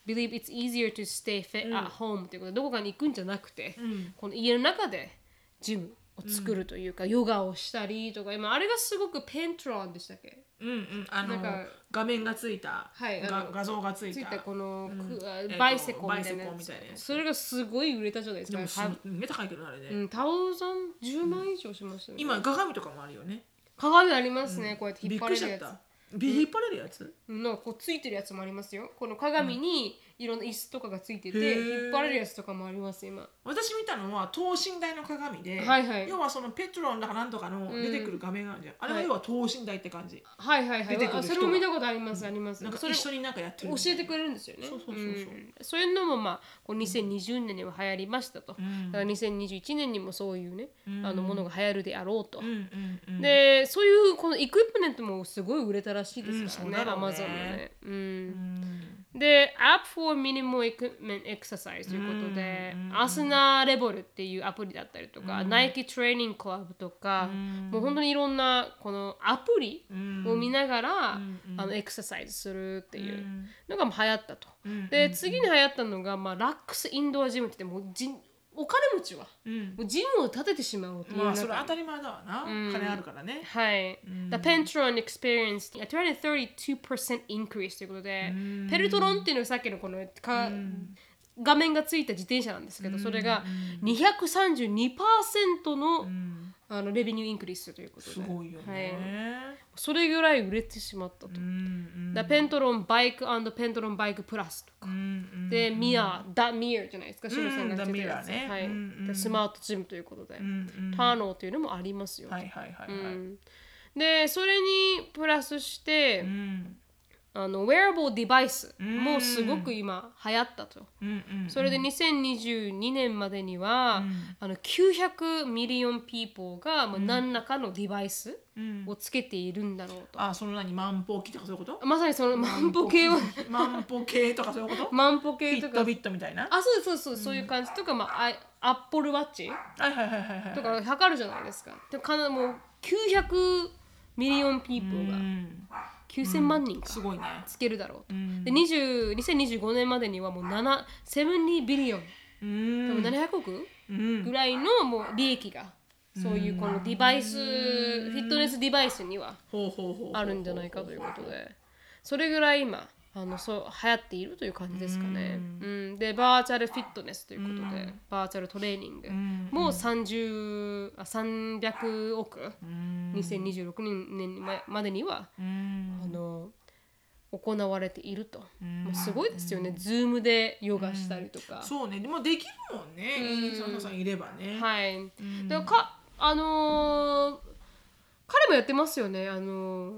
Speaker 1: believe it's easier to stay fit at home ということでどこかに行くんじゃなくて、
Speaker 2: ん
Speaker 1: この家の中でジムを作るというか、ヨガをしたりとか今あれがすごくペントロンでしたっけ
Speaker 2: うんうんあ
Speaker 1: なん
Speaker 2: の
Speaker 1: か
Speaker 2: 画面がついた、
Speaker 1: はいあ
Speaker 2: が
Speaker 1: の
Speaker 2: 画像がつい
Speaker 1: つい
Speaker 2: た
Speaker 1: たこの、くあ
Speaker 2: えっと
Speaker 1: バイセコンみたいなや
Speaker 2: バイセコンみ
Speaker 1: つ
Speaker 2: たいなやつ
Speaker 1: それがすごい売れたじゃないです
Speaker 2: で
Speaker 1: か
Speaker 2: もす
Speaker 1: は
Speaker 2: めっちゃ高いけどなあれね、
Speaker 1: うん、タオザン10万以上しましたね、
Speaker 2: 今鏡とかもあるよね
Speaker 1: 鏡ありますね、こうやって
Speaker 2: び
Speaker 1: 引っ張
Speaker 2: っく
Speaker 1: れ
Speaker 2: りしち
Speaker 1: る
Speaker 2: ゃ
Speaker 1: や
Speaker 2: っ
Speaker 1: つ
Speaker 2: たび引っ張れるやつ
Speaker 1: なんかこうついてるやつもありますよこの鏡にいろんな椅子とかがついてて、
Speaker 2: へー
Speaker 1: 引っ張れるやつとかもあります今
Speaker 2: 私見たのは等身大の鏡で、
Speaker 1: はいはい
Speaker 2: 要はそのペトロンだかなんとかの出てくる画面があるじゃん、あれは要は等身大って感じ、
Speaker 1: はいはいはい
Speaker 2: 出てくる人が
Speaker 1: あそれも見たことありますあります
Speaker 2: なんか
Speaker 1: そ
Speaker 2: 一
Speaker 1: れ
Speaker 2: 緒になんかやってる
Speaker 1: 教えてくれるんですよね
Speaker 2: そうそうそうそうん
Speaker 1: そういうのもまあこう2020年には流行りましたと、
Speaker 2: うん
Speaker 1: だから2021年にもそういうね、
Speaker 2: うん
Speaker 1: あのものが流行るであろうと、
Speaker 2: うんうんうん
Speaker 1: でそういうこのエクイプメントもすごい売れたらしいですからね、
Speaker 2: うんそうだろ
Speaker 1: ア
Speaker 2: う
Speaker 1: マ
Speaker 2: ね
Speaker 1: ゾンのね、う、
Speaker 2: うんん
Speaker 1: で App for Minimal Equipment Exercise ということで、
Speaker 2: うん
Speaker 1: アスナレボルっていうアプリだったりとか、
Speaker 2: うん
Speaker 1: Nike Training Club とか、
Speaker 2: うん
Speaker 1: もう本当にいろんなこのアプリ
Speaker 2: うん
Speaker 1: を見ながら、
Speaker 2: んうん
Speaker 1: あのエクササイズするっていう
Speaker 2: うん
Speaker 1: のがまあ流行ったと。
Speaker 2: うん
Speaker 1: で次に流行ったのが、まあ、ラックスインドアジムって言ってもうじんお金持ちは
Speaker 2: うん
Speaker 1: もうジムを建ててしまおうという
Speaker 2: まあ
Speaker 1: 中
Speaker 2: そ
Speaker 1: で
Speaker 2: れ当たり前だわな、
Speaker 1: うん
Speaker 2: 金あるからね、
Speaker 1: はい、
Speaker 2: うん、
Speaker 1: The Pentron experienced a 232% increase ということで、
Speaker 2: うん
Speaker 1: ペルトロンっていうのはさっきのこのか、
Speaker 2: うん
Speaker 1: 画面がついた自転車なんですけど、それが
Speaker 2: うん
Speaker 1: 232%の,、
Speaker 2: うん
Speaker 1: あのレベニューインクリースということです
Speaker 2: ごいよ
Speaker 1: はい、
Speaker 2: ね、
Speaker 1: それぐらい売れてしまったと。
Speaker 2: うん
Speaker 1: だペントロンバイクペントロンバイクプラスとか、
Speaker 2: うん
Speaker 1: でミアダミアじゃないですかシロさんが言ってたやつ、
Speaker 2: うん The Mirror ね
Speaker 1: はい
Speaker 2: うんうん
Speaker 1: でスマートジムということで、
Speaker 2: うんうん
Speaker 1: ターノーというのもありますよ、
Speaker 2: はいはいはいうはい、
Speaker 1: んでそれにプラスして、
Speaker 2: うん
Speaker 1: あのウェアボーデバイス
Speaker 2: ん
Speaker 1: もすごく今流行ったと、
Speaker 2: うんうん、
Speaker 1: それで2022年までには、あの900ミリオンピーポーがもう何らかのデバイス
Speaker 2: うん、
Speaker 1: をつけているんだろうと、
Speaker 2: あその何万歩計とかそういうこと
Speaker 1: まさにその万歩計を
Speaker 2: 万歩計とかそういうこと
Speaker 1: 万歩
Speaker 2: フ
Speaker 1: 計
Speaker 2: ィ
Speaker 1: と
Speaker 2: ッ
Speaker 1: か
Speaker 2: トビットみたいな
Speaker 1: あそうそうそう、そういう感じとか、まあ、あアップルワッチ
Speaker 2: はいはいはいはいはい
Speaker 1: とか測るじゃないですか。でもかなもう900ミリオンピーポー
Speaker 2: う
Speaker 1: が
Speaker 2: ん
Speaker 1: 9000万人か、
Speaker 2: すごいね
Speaker 1: つけるだろう
Speaker 2: う
Speaker 1: と。
Speaker 2: ん
Speaker 1: で20 2025年までにはもう7 70ビリオン、
Speaker 2: う
Speaker 1: 多分
Speaker 2: ん
Speaker 1: 700億
Speaker 2: うん
Speaker 1: ぐらいのもう利益が、そういうこのデバイス、フィットネスデバイスには
Speaker 2: ほうほうほうほう
Speaker 1: あるんじゃないかということでそれぐらい今あのそう流行っているという感じですかね、うんでバーチャルフィットネスということで、バーチャルトレーニング、
Speaker 2: ん
Speaker 1: もう30あ300億、
Speaker 2: うん
Speaker 1: 2026年ままでには、
Speaker 2: うん
Speaker 1: あの行われていると、
Speaker 2: ん
Speaker 1: もうすごいですよね、ズームでヨガしたりとか、
Speaker 2: そうねでもできるもんね
Speaker 1: うん
Speaker 2: 佐藤さんいればね
Speaker 1: はい、
Speaker 2: ん
Speaker 1: でもかあのー彼もやってますよねあのー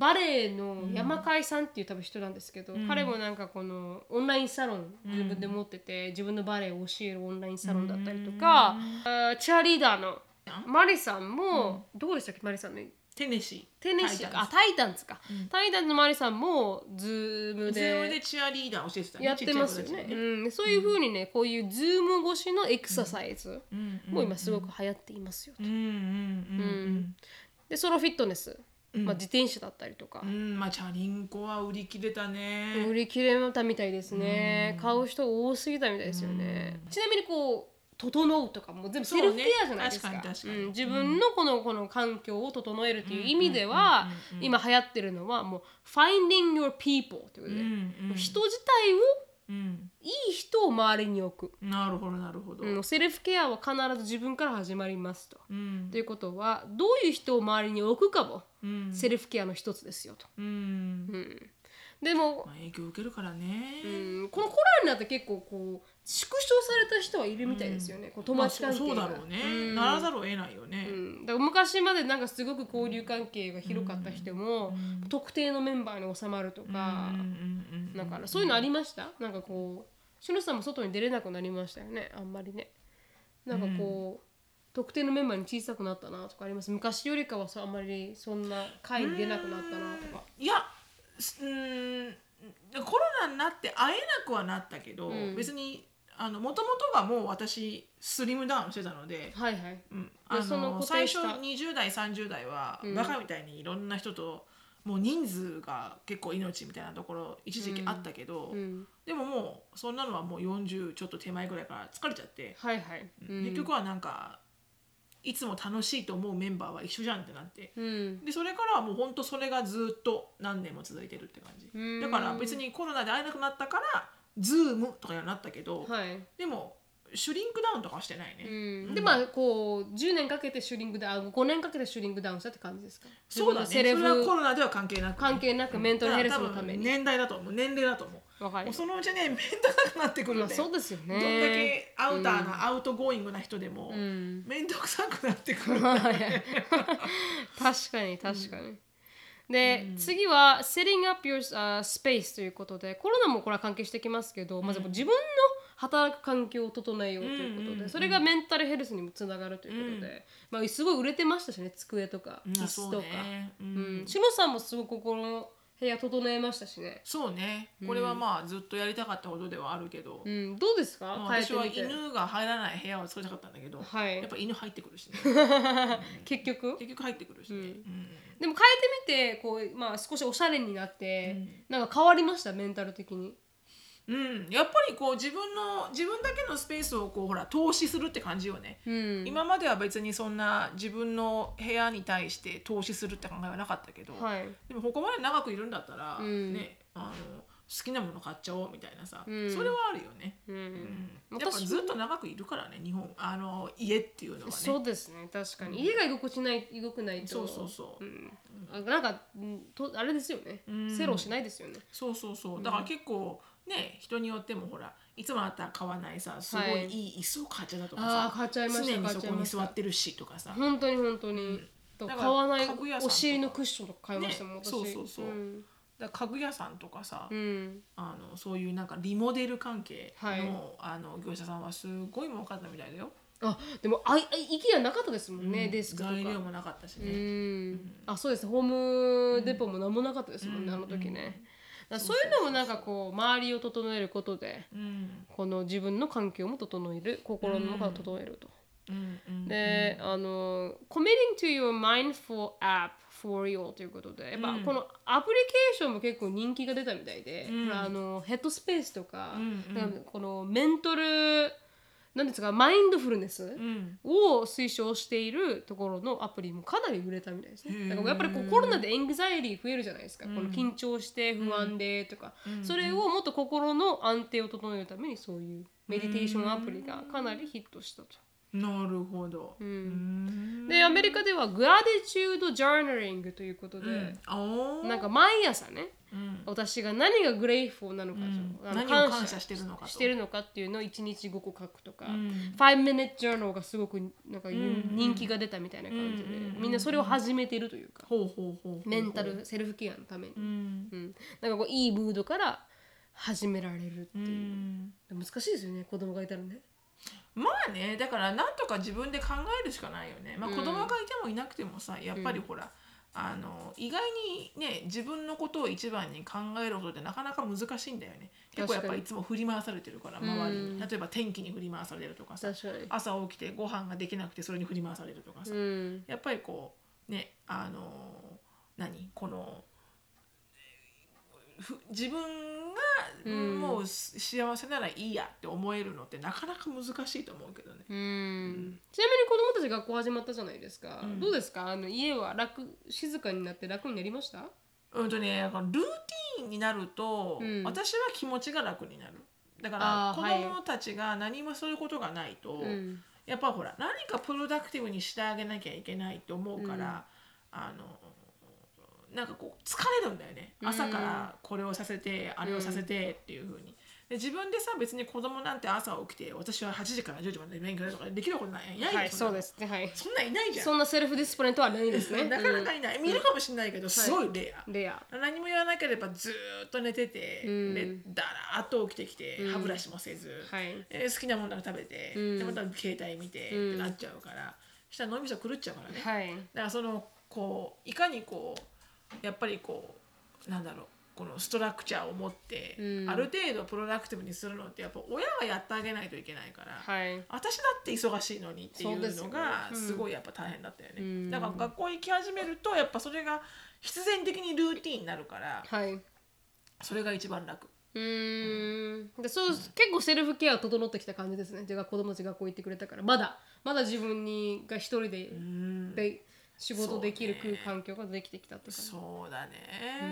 Speaker 1: バレエの山海さんっていう多分人なんですけど、彼もなんかこのオンラインサロン自分で持ってて、自分のバレエを教えるオンラインサロンだったりとか、あーチアリーダーのマリさんも、どうでしたっけマリさんの
Speaker 2: テネシー
Speaker 1: テネシー
Speaker 2: タイタン
Speaker 1: あタイタンズか、タイタンズのマリさんもズーム
Speaker 2: ズームで
Speaker 1: で
Speaker 2: チアリーダー教えてたね
Speaker 1: やってますよ
Speaker 2: ちっちゃ
Speaker 1: ね
Speaker 2: い子たちに
Speaker 1: うん、そういうふうにねこういうズーム越しのエクササイズ
Speaker 2: うん
Speaker 1: も今すごく流行っていますよ、
Speaker 2: うんうんうん
Speaker 1: でソロフィットネス、
Speaker 2: うん
Speaker 1: まあ、自転車だったりとか
Speaker 2: う、んまあチャリンコは売り切れた
Speaker 1: 売
Speaker 2: ね
Speaker 1: り切れたみたいですね、買う人多すぎたみたいですよね、ちなみにこう「整う」とかも全部セルフケアじゃないですか
Speaker 2: そうね確かに確かに
Speaker 1: うん自分のこのこの環境を整えるという意味では、今流行ってるのはもう「finding your people」ということ
Speaker 2: う
Speaker 1: で、
Speaker 2: んうん
Speaker 1: 人自体を
Speaker 2: うん
Speaker 1: いい人を周りに置く、
Speaker 2: なるほどなるほど
Speaker 1: うん、セルフケアは必ず自分から始まりますと。
Speaker 2: うん
Speaker 1: ということはどういう人を周りに置くかも
Speaker 2: うん
Speaker 1: セルフケアの一つですよと。
Speaker 2: うん
Speaker 1: うん、でも
Speaker 2: まあ影響受けるからね
Speaker 1: うんこのコロナになって結構こう縮小された人はいるみたいですよね、こう友達関係が、
Speaker 2: まあそうそうだろうね、
Speaker 1: ん
Speaker 2: ならざるを得ないよね、
Speaker 1: うんだから昔までなんかすごく交流関係が広かった人も、特定のメンバーに収まるとか、
Speaker 2: うんうんうん
Speaker 1: だからそういうのありましたなんかこうしのさんも外に出れなくなりましたよねあんまりねなんかこう、特定のメンバーに小さくなったなとかあります昔よりかはさあんまりそんな会に出なくなったなとか
Speaker 2: いやすうーんコロナになって会えなくはなったけど、
Speaker 1: ん
Speaker 2: 別にあの元々がもう私スリムダウンしてたので、
Speaker 1: はいはい
Speaker 2: うん、あ
Speaker 1: その
Speaker 2: の
Speaker 1: 固定
Speaker 2: 最
Speaker 1: し
Speaker 2: 初
Speaker 1: た
Speaker 2: 20代30代は、
Speaker 1: うん
Speaker 2: バカみたいにいろんな人ともう人数が結構命みたいなところ一時期あったけど、
Speaker 1: うん
Speaker 2: でももうそんなのはもう40ちょっと手前ぐらいから疲れちゃって、
Speaker 1: はいはい、うん
Speaker 2: 結局はなんかいつも楽しいと思うメンバーは一緒じゃんってなって
Speaker 1: うん
Speaker 2: でそれからはもうほんとそれがずっと何年も続いてるって感じ
Speaker 1: うん
Speaker 2: だから別にコロナで会えなくなったからズームとかにはなったけど、
Speaker 1: はい
Speaker 2: でもシュリンクダウンとかはしてないね、
Speaker 1: うんでまあこう10年かけてシュリングダウン5年かけてシュリングダウンしたって感じですか
Speaker 2: そうだねそ
Speaker 1: 自分の
Speaker 2: れ
Speaker 1: セ
Speaker 2: は
Speaker 1: レ
Speaker 2: コ
Speaker 1: ブ
Speaker 2: ロナでは関係なく、
Speaker 1: 関係なくメンタルヘルスのために
Speaker 2: だから多分年代だと思う年齢だと思う
Speaker 1: わかり
Speaker 2: も
Speaker 1: ま
Speaker 2: う
Speaker 1: す
Speaker 2: そのうちねメンタルなくなってく
Speaker 1: ま
Speaker 2: るん
Speaker 1: あ
Speaker 2: だ
Speaker 1: そ
Speaker 2: よ
Speaker 1: うですよね
Speaker 2: どんだけアウターな、アウトゴーイングな人でも、
Speaker 1: ん
Speaker 2: 面倒くさくなっ てくる
Speaker 1: はい確かに確かに、で、次は「setting up your、uh, space」ということでコロナもこれは関係してきますけど、まず自分の働く環境を整えようということで、それがメンタルヘルスにもつながるということで、まあ、すごい売れてましたしね机とか
Speaker 2: うん
Speaker 1: 椅
Speaker 2: そ
Speaker 1: 子
Speaker 2: う
Speaker 1: とか、
Speaker 2: ねう
Speaker 1: うんん、しのさんもすごくここの部屋整えましたしね、
Speaker 2: そうねこれはまあずっとやりたかったことではあるけど、
Speaker 1: うん、どうですか、
Speaker 2: まあ
Speaker 1: 変え
Speaker 2: 私
Speaker 1: て
Speaker 2: は
Speaker 1: みて
Speaker 2: 犬が入らない部屋を作りたかったんだけど、
Speaker 1: はい
Speaker 2: やっぱ犬入ってく るしね
Speaker 1: 結局
Speaker 2: 結局入ってくるしね、うん
Speaker 1: でも変えてみてこう、まあ、少しおしゃれになって、なんか変わりましたメンタル的に
Speaker 2: うん、やっぱりこう自分の自分だけのスペースをこうほら投資するって感じよね、
Speaker 1: うん、
Speaker 2: 今までは別にそんな自分の部屋に対して投資するって考えはなかったけど、
Speaker 1: はい、
Speaker 2: でもここまで長くいるんだったら、
Speaker 1: うん
Speaker 2: ねあの好きなもの買っちゃおうみたいなさ、
Speaker 1: うん
Speaker 2: それはあるよね、
Speaker 1: うん
Speaker 2: うん、やっぱ
Speaker 1: 私も
Speaker 2: ずっと長くいるからね日本あの家っていうのはね
Speaker 1: そうですね確かに、
Speaker 2: うん
Speaker 1: 家が居心地ない居心地ないと
Speaker 2: そうそうそう
Speaker 1: うん、あなんかうんとあれですよね、
Speaker 2: うん
Speaker 1: セロしないですよね
Speaker 2: そうそうそうだから結構ね人によってもほらいつもあったら買わないさすご
Speaker 1: はいい
Speaker 2: いい椅子を買っちゃったとかさ、
Speaker 1: ああー買っちゃいまし
Speaker 2: 常
Speaker 1: た
Speaker 2: に
Speaker 1: 買っ
Speaker 2: そ
Speaker 1: ちゃい
Speaker 2: こに
Speaker 1: ま
Speaker 2: 座
Speaker 1: した
Speaker 2: ってるしとかさ
Speaker 1: 本当に本当に、と
Speaker 2: だから
Speaker 1: 買わない
Speaker 2: 家具屋さんとか
Speaker 1: お尻のクッションとか買いましたもん、
Speaker 2: ね
Speaker 1: 私
Speaker 2: そうそうそうんだから家具屋さんとかさ、
Speaker 1: うん
Speaker 2: あのそういうなんかリモデル関係の,、
Speaker 1: はい
Speaker 2: あの業者さんはすごい儲かったみたいだよ、
Speaker 1: あでもあいあい IKEA なかったですもんね、
Speaker 2: うん
Speaker 1: デスクとか
Speaker 2: 材料もなかったし
Speaker 1: うん、
Speaker 2: ね、
Speaker 1: あそうですホームデポも何もなかったですもんね、
Speaker 2: うん
Speaker 1: あの時ね、だから
Speaker 2: そ
Speaker 1: そうう
Speaker 2: そう
Speaker 1: い
Speaker 2: そう
Speaker 1: うのもなんかこう周りを整えることで
Speaker 2: うん
Speaker 1: この自分の環境も整える心の中を整えると、
Speaker 2: うんうん、
Speaker 1: で、あの committing to your mindful app for real ということでやっぱ
Speaker 2: うん
Speaker 1: このアプリケーションも結構人気が出たみたいで、
Speaker 2: うん
Speaker 1: ほらあのヘッドスペースとか,、
Speaker 2: うんうん
Speaker 1: なんかこのメントルなんですかマインドフルネス、
Speaker 2: うん
Speaker 1: を推奨しているところのアプリもかなり売れたみたいです
Speaker 2: へ
Speaker 1: ね。
Speaker 2: ー
Speaker 1: だからやっぱりこうコロナでエングザイリー増えるじゃないですか、
Speaker 2: うん
Speaker 1: この緊張して不安でとか、
Speaker 2: うん
Speaker 1: それをもっと心の安定を整えるためにそういうメディテーションアプリがかなりヒットしたと。
Speaker 2: なるほど、
Speaker 1: うん
Speaker 2: ん
Speaker 1: でアメリカではグラディチュード・ジャーナリングということで、
Speaker 2: うんあー
Speaker 1: なんか毎朝ね
Speaker 2: うん
Speaker 1: 私が何がグレイフォーなのかと、
Speaker 2: うん
Speaker 1: あの
Speaker 2: 何を感謝してるのかと
Speaker 1: してるのかっていうのを1日5個書くとか、
Speaker 2: うん
Speaker 1: 5 minute journal がすごくなんか
Speaker 2: んうん
Speaker 1: 人気が出たみたいな感じで、
Speaker 2: うんうんうん
Speaker 1: みんなそれを始めてるというか、
Speaker 2: ほうほうほうほう
Speaker 1: メンタルセルフケアのために、う
Speaker 2: う
Speaker 1: ん
Speaker 2: ん
Speaker 1: なんかこういいムードから始められるって
Speaker 2: う
Speaker 1: いう、
Speaker 2: ん
Speaker 1: 難しいですよね子供がいたらね
Speaker 2: まあねだからなんとか自分で考えるしかないよね、まあ、
Speaker 1: うん
Speaker 2: 子供がいてもいなくてもさやっぱりほら、あの意外にね自分のことを一番に考えることってなかなか難しいんだよね結構や
Speaker 1: 確
Speaker 2: っぱ
Speaker 1: かに
Speaker 2: いつも振り回されてるから周りに、
Speaker 1: うん
Speaker 2: 例えば天気に振り回されるとかさ
Speaker 1: 確かに
Speaker 2: 朝起きてご飯ができなくてそれに振り回されるとかさ、
Speaker 1: うん
Speaker 2: やっぱりこうねあの何このふ自分
Speaker 1: う
Speaker 2: が
Speaker 1: ん
Speaker 2: もうす幸せならいいやって思えるのってなかなか難しいと思うけどね。
Speaker 1: うんちなみに子供たち学校始まったじゃないですか、
Speaker 2: うん
Speaker 1: どうですかあの家は楽静かになって楽になりました
Speaker 2: うんとね、だからルーティーンになると、
Speaker 1: うん
Speaker 2: 私は気持ちが楽になる。だか
Speaker 1: あ
Speaker 2: ら
Speaker 1: ー
Speaker 2: 子
Speaker 1: はい
Speaker 2: 供たちが何もそういうことがないと、
Speaker 1: うん
Speaker 2: やっぱほら何かプロダクティブにしてあげなきゃいけないって思うから、あのなんかこう疲れるんだよね
Speaker 1: うん
Speaker 2: 朝からこれをさせて、あれをさせてっていう風にで自分でさ別に子供なんて朝起きて私は8時から10時まで勉強だとかできることないいないよ
Speaker 1: はい
Speaker 2: そん
Speaker 1: そ
Speaker 2: な
Speaker 1: う
Speaker 2: の
Speaker 1: ですねはい
Speaker 2: そんなんいないじゃん
Speaker 1: そんなセルフディスプレイとはないですね
Speaker 2: なかなかいない、見るかもしれないけどすごいレア、
Speaker 1: うんレア
Speaker 2: 何も言わなければずーっと寝てて、
Speaker 1: うん
Speaker 2: でだらーっと起きてきて、
Speaker 1: うん
Speaker 2: 歯ブラシもせず、
Speaker 1: はい
Speaker 2: えー好きなものだけ食べて、
Speaker 1: うん
Speaker 2: でまた携帯見て、
Speaker 1: うん
Speaker 2: ってなっちゃうからしたら脳みそ狂っちゃうからね、だか
Speaker 1: はい
Speaker 2: らそのこういかにこうやっぱりこうなんだろうこのストラクチャーを持って、
Speaker 1: うん
Speaker 2: ある程度プロダクティブにするのってやっぱ親がやってあげないといけないから、
Speaker 1: はい
Speaker 2: 私だって忙しいのにってい
Speaker 1: そう
Speaker 2: う
Speaker 1: です
Speaker 2: の
Speaker 1: よ
Speaker 2: が
Speaker 1: うん
Speaker 2: すごいやっぱ大変だったよね、
Speaker 1: うん
Speaker 2: だから学校行き始めるとやっぱそれが必然的にルーティンになるから
Speaker 1: はい
Speaker 2: それが一番楽
Speaker 1: うーんでそう結構セルフケア整ってきた感じですね。じゃあ子供たちが学校行ってくれたからまだまだ自分にが一人で,、で仕事できる
Speaker 2: そうね
Speaker 1: 環境ができてきたって感じ。
Speaker 2: そうだね、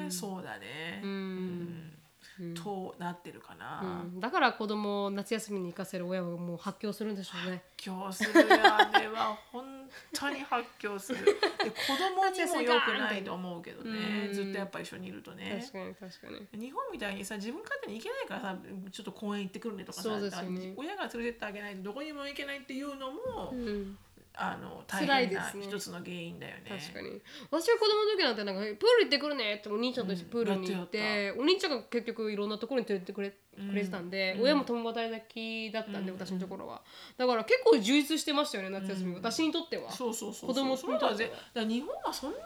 Speaker 1: うん
Speaker 2: そうだね、
Speaker 1: うん
Speaker 2: うんとなってるかな、
Speaker 1: うん、だから子供を夏休みに行かせる親はもう発狂するんでしょうね。
Speaker 2: 今日するよあれは本当に発狂する で子供にも良くないと思うけどね、
Speaker 1: うん
Speaker 2: ずっとやっぱ一緒にいるとね
Speaker 1: 確かに確かに。
Speaker 2: 日本みたいにさ自分勝手に行けないからさちょっと公園行ってくるねとかさ、
Speaker 1: そうですよね
Speaker 2: 親が連れてってあげないとどこにも行けないっていうのも、
Speaker 1: うん、
Speaker 2: あの大
Speaker 1: 辛い
Speaker 2: 変
Speaker 1: で
Speaker 2: な
Speaker 1: すね
Speaker 2: 一つの原因だよね。
Speaker 1: 確かに。私は子供の時なんてなんかプール行ってくるねってお兄ちゃんと一緒にプールに行って、お兄ちゃんが結局いろんなところに連れてくれ,、
Speaker 2: うん
Speaker 1: くれてたんで、
Speaker 2: うん
Speaker 1: 親も共働きだったんで、
Speaker 2: うん
Speaker 1: 私のところは。だから結構充実してましたよね夏休み、
Speaker 2: うん
Speaker 1: 私にとっては。
Speaker 2: そうそうそうそう
Speaker 1: 子供
Speaker 2: そうだぜ
Speaker 1: 子供たちは
Speaker 2: だから日本はそんなに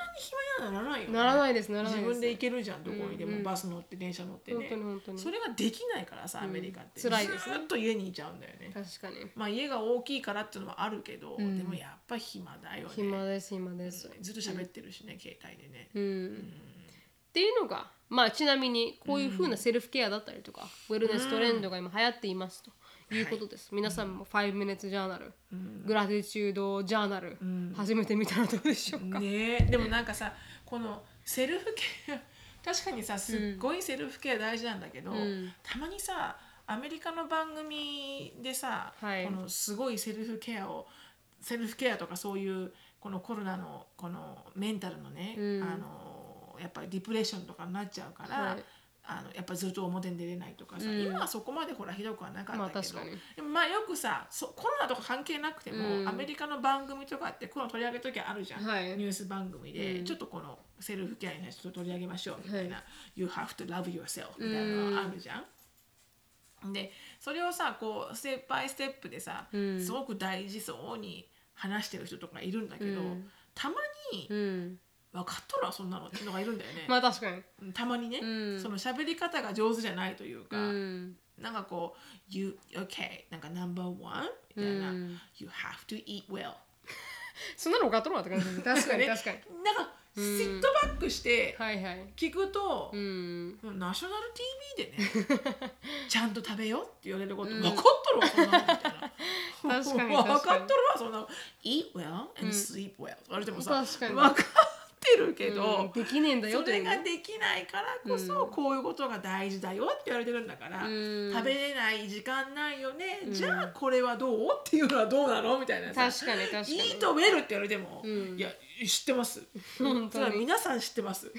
Speaker 2: 暇にはならないよね。
Speaker 1: ならないですならない
Speaker 2: 自
Speaker 1: です
Speaker 2: 分で行けるじゃんどこにでも、
Speaker 1: うんうん
Speaker 2: バス乗って電車乗ってね
Speaker 1: 本当に本当に
Speaker 2: それができないからさアメリカって、
Speaker 1: うん辛いですね
Speaker 2: ずーっと家にいちゃうんだよね。
Speaker 1: 確かに
Speaker 2: まあ家が大きいからっていうのはあるけど、
Speaker 1: うん
Speaker 2: でもやっぱ暇だよね。
Speaker 1: 暇です暇です
Speaker 2: ずっと喋ってるしね、携帯でね。
Speaker 1: うん、っていうのが、まあ、ちなみにこういうふうなセルフケアだったりとか、ウェルネストレンドが今流行っていますということです、皆さんも5 minutes ジャーナル、グラティチュードジャーナル、
Speaker 2: ん
Speaker 1: 始めてみたらどうでしょうか、
Speaker 2: ねえでもなんかさこのセルフケア確かにさすっごいセルフケア大事なんだけど、
Speaker 1: うん
Speaker 2: たまにさアメリカの番組でさ、
Speaker 1: はい
Speaker 2: このすごいセルフケアをセルフケアとかそういうこのコロナのこのメンタルのね、
Speaker 1: うん
Speaker 2: あのやっぱりディプレッションとかになっちゃうから、
Speaker 1: はい
Speaker 2: あのやっぱずっと表に出れないとかさ、
Speaker 1: うん
Speaker 2: 今はそこまでほらひどくはなか
Speaker 1: まあ
Speaker 2: ったけ
Speaker 1: 確
Speaker 2: ど、
Speaker 1: かに
Speaker 2: でもまあよくさそコロナとか関係なくても、
Speaker 1: うん
Speaker 2: アメリカの番組とかってこの取り上げる時あるじゃん、
Speaker 1: はい
Speaker 2: ニュース番組で、
Speaker 1: うん
Speaker 2: ちょっとこのセルフケアに対して取り上げましょうみたいな「
Speaker 1: は
Speaker 2: You have to love yourself」みたいなのがあるじゃん。でそれをさこうステップバイステップでさ、
Speaker 1: うん
Speaker 2: すごく大事そうに話してる人とかいるんだけど、
Speaker 1: うん
Speaker 2: たまに
Speaker 1: うん、
Speaker 2: 「分かっとるわそんなの」っていうのがいるんだよね。
Speaker 1: まあ確かに、
Speaker 2: たまにね、
Speaker 1: うん
Speaker 2: その喋り方が上手じゃないという
Speaker 1: う
Speaker 2: か。
Speaker 1: ん、
Speaker 2: なんかこう、you, okay, なんか number one みたいな、
Speaker 1: うん
Speaker 2: you have to eat well。
Speaker 1: そんなのガトロなって感じです確かに
Speaker 2: ね
Speaker 1: 確かに
Speaker 2: なんか、シットバックして
Speaker 1: はいはい
Speaker 2: 聞くと
Speaker 1: う、ん
Speaker 2: ナショナル TV でね、 ちゃんと食べようって言われること、分かっとるわ、そんなのみ たいな。
Speaker 1: 確かに
Speaker 2: 分かっ
Speaker 1: 確
Speaker 2: とる
Speaker 1: か
Speaker 2: わ
Speaker 1: に、
Speaker 2: そんなの。eat well and sleep well とか言われてもさ、
Speaker 1: 確かに
Speaker 2: 分かってるけ
Speaker 1: うん
Speaker 2: ど、
Speaker 1: できねえんだよ
Speaker 2: そ
Speaker 1: とい
Speaker 2: れ
Speaker 1: う
Speaker 2: が
Speaker 1: ね
Speaker 2: できないからこそ、こういうことが大事だよって言われてるんだから、
Speaker 1: うん
Speaker 2: 食べれない時間ないよね、じゃあこれはどうっていうのはどうなのみたいなさ
Speaker 1: 確かに確かに
Speaker 2: いいとウェルって言われても、
Speaker 1: ん
Speaker 2: いや知ってます
Speaker 1: 本当に
Speaker 2: それは皆さん知ってます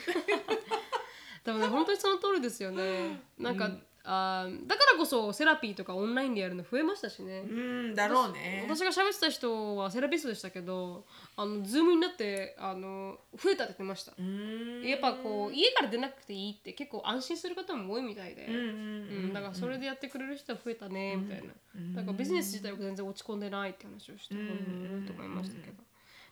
Speaker 1: でもね本当にその通りですよねなんか、あーだからこそセラピーとかオンラインでやるの増えましたしね、
Speaker 2: うんだろうね
Speaker 1: 私が喋ってた人はセラピストでしたけどあのズームになってあの増えたって言ってました、
Speaker 2: うん
Speaker 1: やっぱこう家から出なくていいって結構安心する方も多いみたいで、
Speaker 2: うんうん
Speaker 1: うん、だからそれでやってくれる人は増えたねみたいな、だからビジネス自体は全然落ち込んでないって話をして
Speaker 2: うん
Speaker 1: うんと思いましたけど、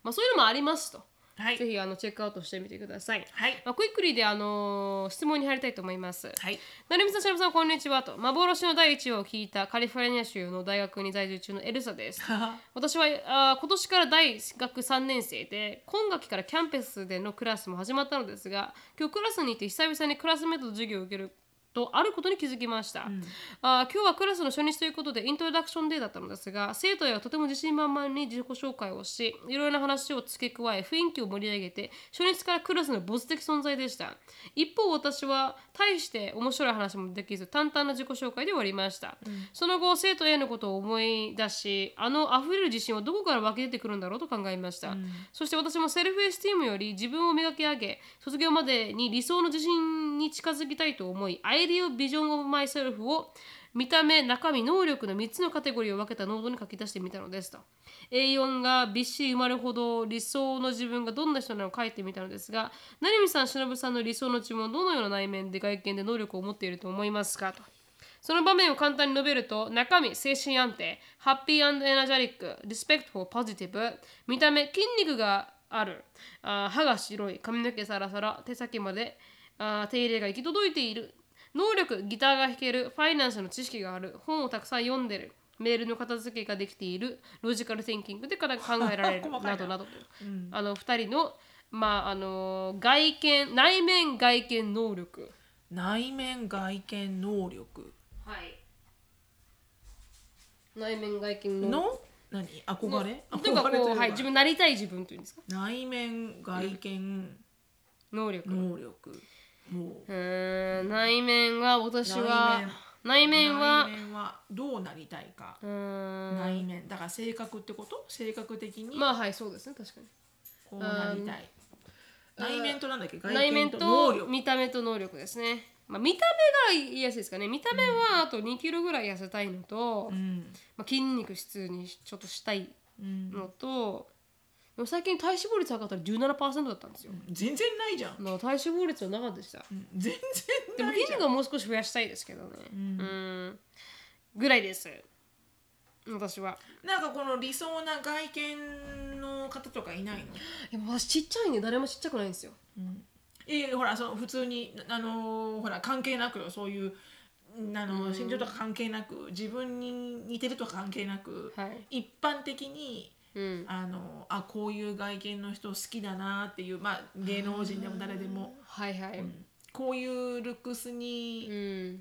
Speaker 1: まあ、そういうのもありますと、
Speaker 2: はい
Speaker 1: ぜひあのチェックアウトしてみてください、
Speaker 2: はい
Speaker 1: まあ、クイックリーで、あのー質問に入りたいと思います、
Speaker 2: はい
Speaker 1: 成美さん、しのぶさん、こんにちはと。幻の第一話を聞いたカリフォルニア州の大学に在住中のエルサです。私はあー今年から大学3年生で、今学期からキャンペスでのクラスも始まったのですが、今日クラスにいて久々にクラスメートの授業を受けるとあることに気づきました、あー今日はクラスの初日ということでイントロダクションデーだったのですが生徒へはとても自信満々に自己紹介をしいろいろな話を付け加え雰囲気を盛り上げて初日からクラスのボス的存在でした一方私は大して面白い話もできず淡々な自己紹介で終わりました、その後生徒 A のことを思い出しあの溢れる自信はどこから湧き出てくるんだろうと考えました、そして私もセルフエスティームより自分を磨き上げ卒業までに理想の自信に近づきたいと思いアイディオビジョンオブマイセルフを見た目中身能力の3つのカテゴリーを分けたノートに書き出してみたのですと A4 がびっしり埋まるほど理想の自分がどんな人なのか書いてみたのですが成美さん忍さんの理想の自分はどのような内面で外見で能力を持っていると思いますかとその場面を簡単に述べると中身、精神安定、ハッピーエナジャリック、リスペクトフォーポジティブ、見た目、筋肉がある、あー歯が白い、髪の毛サラサラ、手先まであー手入れが行き届いている、能力、ギターが弾ける、ファイナンスの知識がある、本をたくさん読んでる、メールの片付けができている、ロジカル・テンキングで考えられる、
Speaker 2: 細か
Speaker 1: な
Speaker 2: いな
Speaker 1: どなどと、あの2人の、まああのー外見、内面、外見、能力。
Speaker 2: 内面外見能力
Speaker 1: はい。内面外見の。
Speaker 2: の何憧れ
Speaker 1: というか
Speaker 2: 憧れ
Speaker 1: こう、はい、
Speaker 2: い
Speaker 1: 自
Speaker 2: か
Speaker 1: 分なりたい自分というんですか。
Speaker 2: 内面外見
Speaker 1: 能力。う
Speaker 2: 能力もう
Speaker 1: ーん、内面は私は。内面は
Speaker 2: 内。面はどうなりたいか
Speaker 1: うーん。
Speaker 2: 内面だから性格ってこと性格的に
Speaker 1: まあ、はい、そうですね、確かに。
Speaker 2: こうなりたい内面となんだっけ
Speaker 1: 内
Speaker 2: 外見
Speaker 1: 面
Speaker 2: と能
Speaker 1: と
Speaker 2: 力
Speaker 1: 見た目と能力ですね。まあ、見た目が癒せですかね。見た目はあと2キロぐらい痩せたいのと、
Speaker 2: うん
Speaker 1: まあ、筋肉質にちょっとしたい
Speaker 2: うん
Speaker 1: のと、でも最近体脂肪率上がったら17%だったんですよ。
Speaker 2: 全然ないじゃん
Speaker 1: まあ体脂肪率はなかったでした。
Speaker 2: うん全
Speaker 1: で
Speaker 2: 然
Speaker 1: も
Speaker 2: ない
Speaker 1: 筋
Speaker 2: じゃん
Speaker 1: 肉はもう少し増やしたいですけどね。うん、ぐらいです。私は。
Speaker 2: なんかこの理想な外見の方とかいないの
Speaker 1: でも私ちっちゃいんで誰もちっちゃくないんですよ。
Speaker 2: いやいやほらその普通になあのーほら関係なくよそういうあのー身長とか関係なく自分に似てるとか関係なく、
Speaker 1: はい
Speaker 2: 一般的に
Speaker 1: うん
Speaker 2: あのあこういう外見の人好きだなっていう、まあ、芸能人でも誰でも、
Speaker 1: はいはい、
Speaker 2: うんこういうルックス
Speaker 1: う
Speaker 2: に
Speaker 1: ん、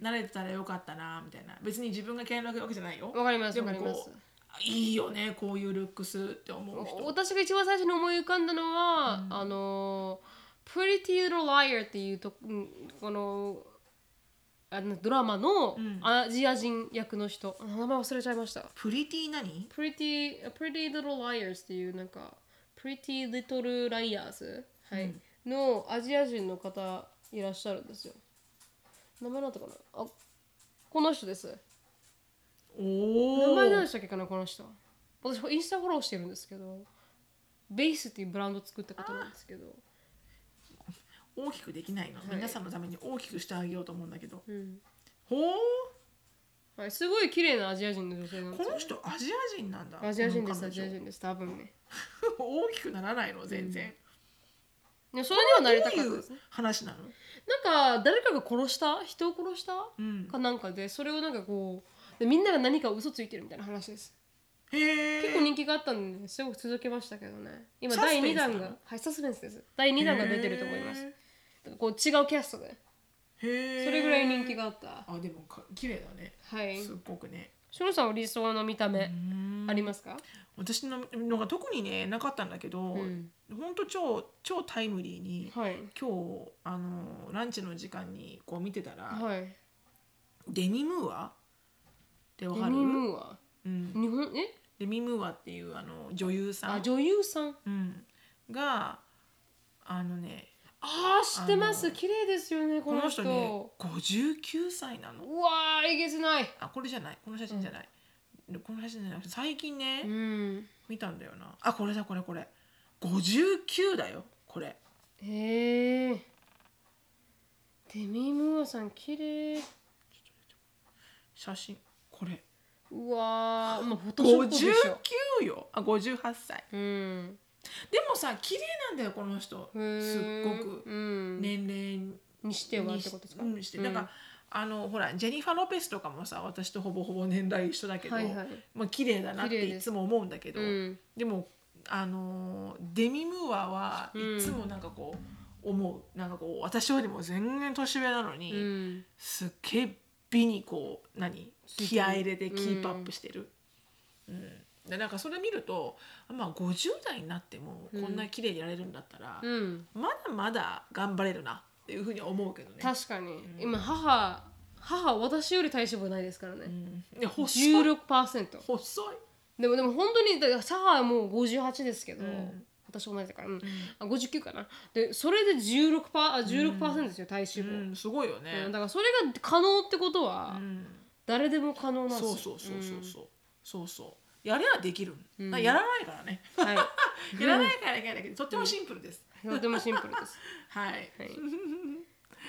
Speaker 2: 慣れてたらよかったなみたいな別に自分が嫌いなわけじゃないよ
Speaker 1: わかります
Speaker 2: で
Speaker 1: わ
Speaker 2: も
Speaker 1: かりま
Speaker 2: こ
Speaker 1: す
Speaker 2: ういいよねこういうルックスって思う人
Speaker 1: お私が一番最初に思い浮かんだのは、
Speaker 2: うん
Speaker 1: あの「Pretty Little Liar」っていうとんこのあのドラマの
Speaker 2: うん
Speaker 1: アジア人役の人、あ名前忘れちゃいました
Speaker 2: プリティ何
Speaker 1: Pretty, Pretty Little Liars っていうなんか Pretty Little Liars、はい
Speaker 2: うん
Speaker 1: のアジア人の方いらっしゃるんですよ名前なんだったかなあこの人です
Speaker 2: お
Speaker 1: 名
Speaker 2: お
Speaker 1: 前何でしたっけかなこの人私インスタフォローしてるんですけどベイスっていうブランド作った方なんですけど、
Speaker 2: 大きくできないの、
Speaker 1: い
Speaker 2: 皆さんのために大きくしてあげようと思うんだけど
Speaker 1: うん
Speaker 2: ほう
Speaker 1: はい、すごい綺麗なアジア人の女性なんで
Speaker 2: こ
Speaker 1: すよ
Speaker 2: の人アジア人なんだ
Speaker 1: アジア人です
Speaker 2: こ
Speaker 1: ア
Speaker 2: の彼
Speaker 1: ジア
Speaker 2: 女
Speaker 1: 人です多分ね
Speaker 2: 大きくならないの全然、
Speaker 1: でもそれにはなりたか
Speaker 2: ど
Speaker 1: っ
Speaker 2: う
Speaker 1: た
Speaker 2: い
Speaker 1: で
Speaker 2: う
Speaker 1: すね
Speaker 2: 話なの、
Speaker 1: なんか誰かが殺した人を殺した
Speaker 2: うん
Speaker 1: か、なんかでそれをなんかこうでみんなが何か嘘ついてるみたいな話です
Speaker 2: へえ
Speaker 1: 結構人気があったんですごく続けましたけどね今
Speaker 2: サス
Speaker 1: 第
Speaker 2: ペ
Speaker 1: 2
Speaker 2: ンスなの
Speaker 1: 弾がはいサスペンスです第2弾が出てると思いますこう違うキャストで
Speaker 2: へえ
Speaker 1: それぐらい人気があった
Speaker 2: あでもか綺麗だね
Speaker 1: はい
Speaker 2: すっごくね
Speaker 1: しのさんは理想の見た目ありますか
Speaker 2: 私ののが特にねなかったんだけど、
Speaker 1: うん
Speaker 2: ほんと超超タイムリーに
Speaker 1: はい
Speaker 2: 今日あのランチの時間にこう見てたら、
Speaker 1: はい
Speaker 2: デミムーアってわ
Speaker 1: デ
Speaker 2: かる
Speaker 1: ミムーア
Speaker 2: うん、
Speaker 1: 日本え
Speaker 2: デミムーアっていうあの女優さん
Speaker 1: あ女優さん
Speaker 2: うん、があのね
Speaker 1: ああ知ってま
Speaker 2: あ
Speaker 1: す
Speaker 2: の
Speaker 1: 綺麗ですよねこ
Speaker 2: こ
Speaker 1: の
Speaker 2: の
Speaker 1: 人
Speaker 2: 人ね59歳なの。
Speaker 1: うわーえげつない
Speaker 2: あこれじゃないこの写真じゃない、この写真じゃなくて最近ね、
Speaker 1: うん
Speaker 2: 見たんだよなあこれだこれこれ59だよこれ
Speaker 1: へえデミムーアさん綺麗
Speaker 2: 写真これ
Speaker 1: うわーまあフォト ショップでしょ
Speaker 2: 59よあ58歳
Speaker 1: うん
Speaker 2: でもさ綺麗なんだよこの人
Speaker 1: へー
Speaker 2: すっごく
Speaker 1: うん
Speaker 2: 年齢に
Speaker 1: にしてはってことですか
Speaker 2: うんして
Speaker 1: うん
Speaker 2: なんかあのほらジェニファー・ロペスとかもさ私とほぼほぼ年代一緒だけど、
Speaker 1: はいはい
Speaker 2: まあ綺麗だなっ
Speaker 1: 綺
Speaker 2: て
Speaker 1: 麗
Speaker 2: い
Speaker 1: です
Speaker 2: つも思うんだけど、
Speaker 1: うん
Speaker 2: でもあのーデミムーアは
Speaker 1: うん
Speaker 2: いつもなんかこう思うなんかこう私よりも全然年上なのに、
Speaker 1: うん
Speaker 2: すっげえ美にこう何
Speaker 1: いてる
Speaker 2: 気合い入れてキープアップしてる、うんでなんかそれ見るとまあ50代になっても
Speaker 1: うん
Speaker 2: こんな綺麗にやれるんだったら、
Speaker 1: うん
Speaker 2: まだまだ頑張れるなっていうふうに思うけどね。
Speaker 1: 確かに今母母私より体脂肪ないですから
Speaker 2: う
Speaker 1: ね
Speaker 2: ん、で細い
Speaker 1: 16%
Speaker 2: 細い、
Speaker 1: でもでも本当にだから母はもう58ですけど、
Speaker 2: うん
Speaker 1: 私同じだから、うん、あ59かなでそれで 16%, あ16ですよ体脂肪、
Speaker 2: うん、すごいよね。
Speaker 1: うんだからそれが可能ってこと
Speaker 2: う
Speaker 1: は
Speaker 2: ん
Speaker 1: 誰でも可能なんですよ
Speaker 2: そうそうそうそうそう、そうそうやればできる、
Speaker 1: うん
Speaker 2: なやらないからね
Speaker 1: うんはい
Speaker 2: やらないからいけないんだけどとってもシンプルです、
Speaker 1: とてもシンプルです
Speaker 2: はい、
Speaker 1: はい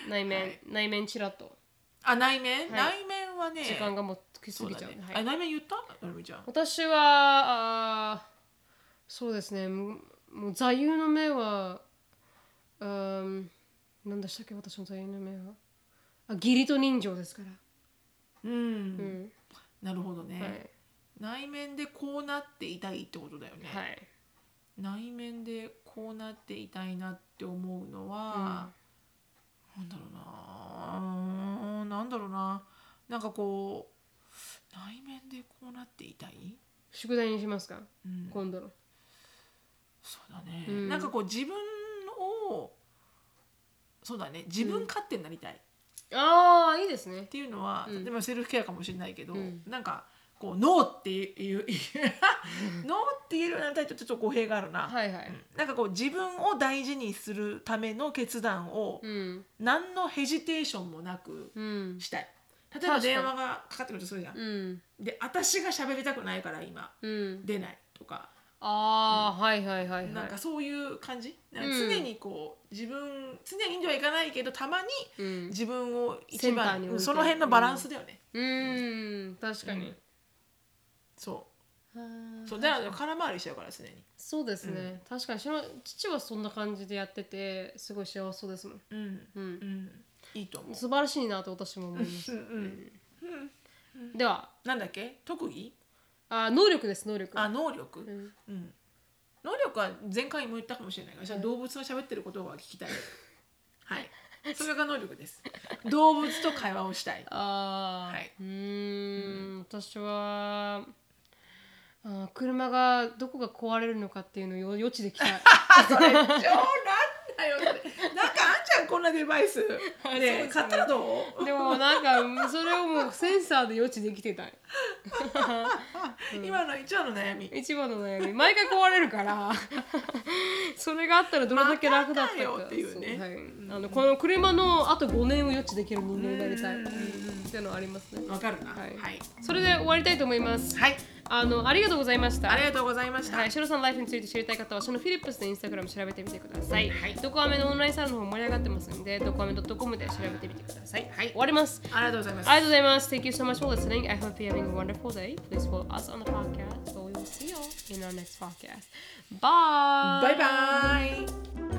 Speaker 1: 内面、
Speaker 2: はい
Speaker 1: 内面ちらっと
Speaker 2: あ内面、
Speaker 1: は
Speaker 2: 内面はね
Speaker 1: 時間がもう過
Speaker 2: そう
Speaker 1: ぎ
Speaker 2: だ
Speaker 1: ちゃう,、
Speaker 2: ね、
Speaker 1: は
Speaker 2: あ
Speaker 1: い、
Speaker 2: 内面言ったなるみちゃん
Speaker 1: 私はあーそうですねもうもう座右の銘はうん何でしたっけ私の座右の銘はあ義理と人情ですから
Speaker 2: うん、
Speaker 1: うん、
Speaker 2: なるほどね、
Speaker 1: はい
Speaker 2: 内面でこうなっていたいってことだよね、
Speaker 1: はい
Speaker 2: 内面でこうなっていたいなって思うのは、なんだろうなうーんなんだろうななんかこう内面でこうなっていたい、
Speaker 1: 宿題にしますか
Speaker 2: うん、
Speaker 1: 今度の
Speaker 2: そうだね、
Speaker 1: うん
Speaker 2: なんかこう自分をそうだね自分勝手になりたいっ
Speaker 1: ああいいですね
Speaker 2: ていうのは、
Speaker 1: うん
Speaker 2: でもセルフケアかもしれないけど、
Speaker 1: うん
Speaker 2: なんかこうノーっていう言う ノーって言えるようになりたいとちょっと語弊があるな、
Speaker 1: はいはい
Speaker 2: うんなんかこう自分を大事にするための決断を
Speaker 1: うん
Speaker 2: 何のヘジテーションもなく
Speaker 1: うん
Speaker 2: したい例えば電話がかかってくるとするじゃん、
Speaker 1: うん
Speaker 2: で私が喋りたくないから今
Speaker 1: うん
Speaker 2: 出ないとか
Speaker 1: ああ、はいはいはいはい
Speaker 2: なんかそういう感じ、なんか
Speaker 1: うん
Speaker 2: 常にこう自分常にではいかないけどたまに
Speaker 1: うん
Speaker 2: 自分を
Speaker 1: セ
Speaker 2: 一
Speaker 1: ンターに置
Speaker 2: 番
Speaker 1: いて
Speaker 2: うんその辺のバランスだよね、
Speaker 1: うん確かに、
Speaker 2: そ
Speaker 1: あー
Speaker 2: うそうだから空回りしちゃうから常に
Speaker 1: そうですね、確かにしの父はそんな感じでやっててすごい幸せそうですもん、
Speaker 2: うん
Speaker 1: う、
Speaker 2: うんんいいと思う
Speaker 1: 素晴らしいなと私も思います
Speaker 2: うんうん
Speaker 1: では
Speaker 2: なんだっけ特技
Speaker 1: あ能力です能力
Speaker 2: あ能力、
Speaker 1: うん
Speaker 2: うん、能力は前回も言ったかもしれないが私は動物の喋ってることが聞きたい はいそれが能力です動物と会話をしたい
Speaker 1: あー、
Speaker 2: はいう
Speaker 1: ーん私はあー車がどこが壊れるのかっていうのをよ予知できたい
Speaker 2: あそ れ超なんだよそれなんかあんちゃんこんなデバイ スね
Speaker 1: あれ
Speaker 2: え買ったらどう
Speaker 1: でもなんかそれをもうセンサーで予知できてたい
Speaker 2: 今の一番の悩み
Speaker 1: 一番の悩み毎回壊れるから それがあったらどれだけ楽だったか
Speaker 2: またかよっていうね
Speaker 1: そはい
Speaker 2: うん
Speaker 1: あのこの車のあと5年を予知できる人間になりたい、
Speaker 2: うんうんうん
Speaker 1: っていうのはありますね
Speaker 2: わかるなは
Speaker 1: はいい
Speaker 2: はい、
Speaker 1: それで終わりたいと思いますあのありがとうございました
Speaker 2: ありがとうございました、
Speaker 1: はい、シロさんのライフについて知りたい方は、そのフィリップスのインスタグラム調べてみてください。
Speaker 2: はい
Speaker 1: ドコアメのオンラインサロンの方盛り上がってますので、ドコアメ .com で調べてみてください。
Speaker 2: はい
Speaker 1: 終わります。
Speaker 2: ありがとうございます
Speaker 1: ありがとうございます。Thank you so much for listening. I hope you're having a wonderful day. Please follow us on the podcast. So we will see you in our next podcast. Bye!
Speaker 2: バイバイ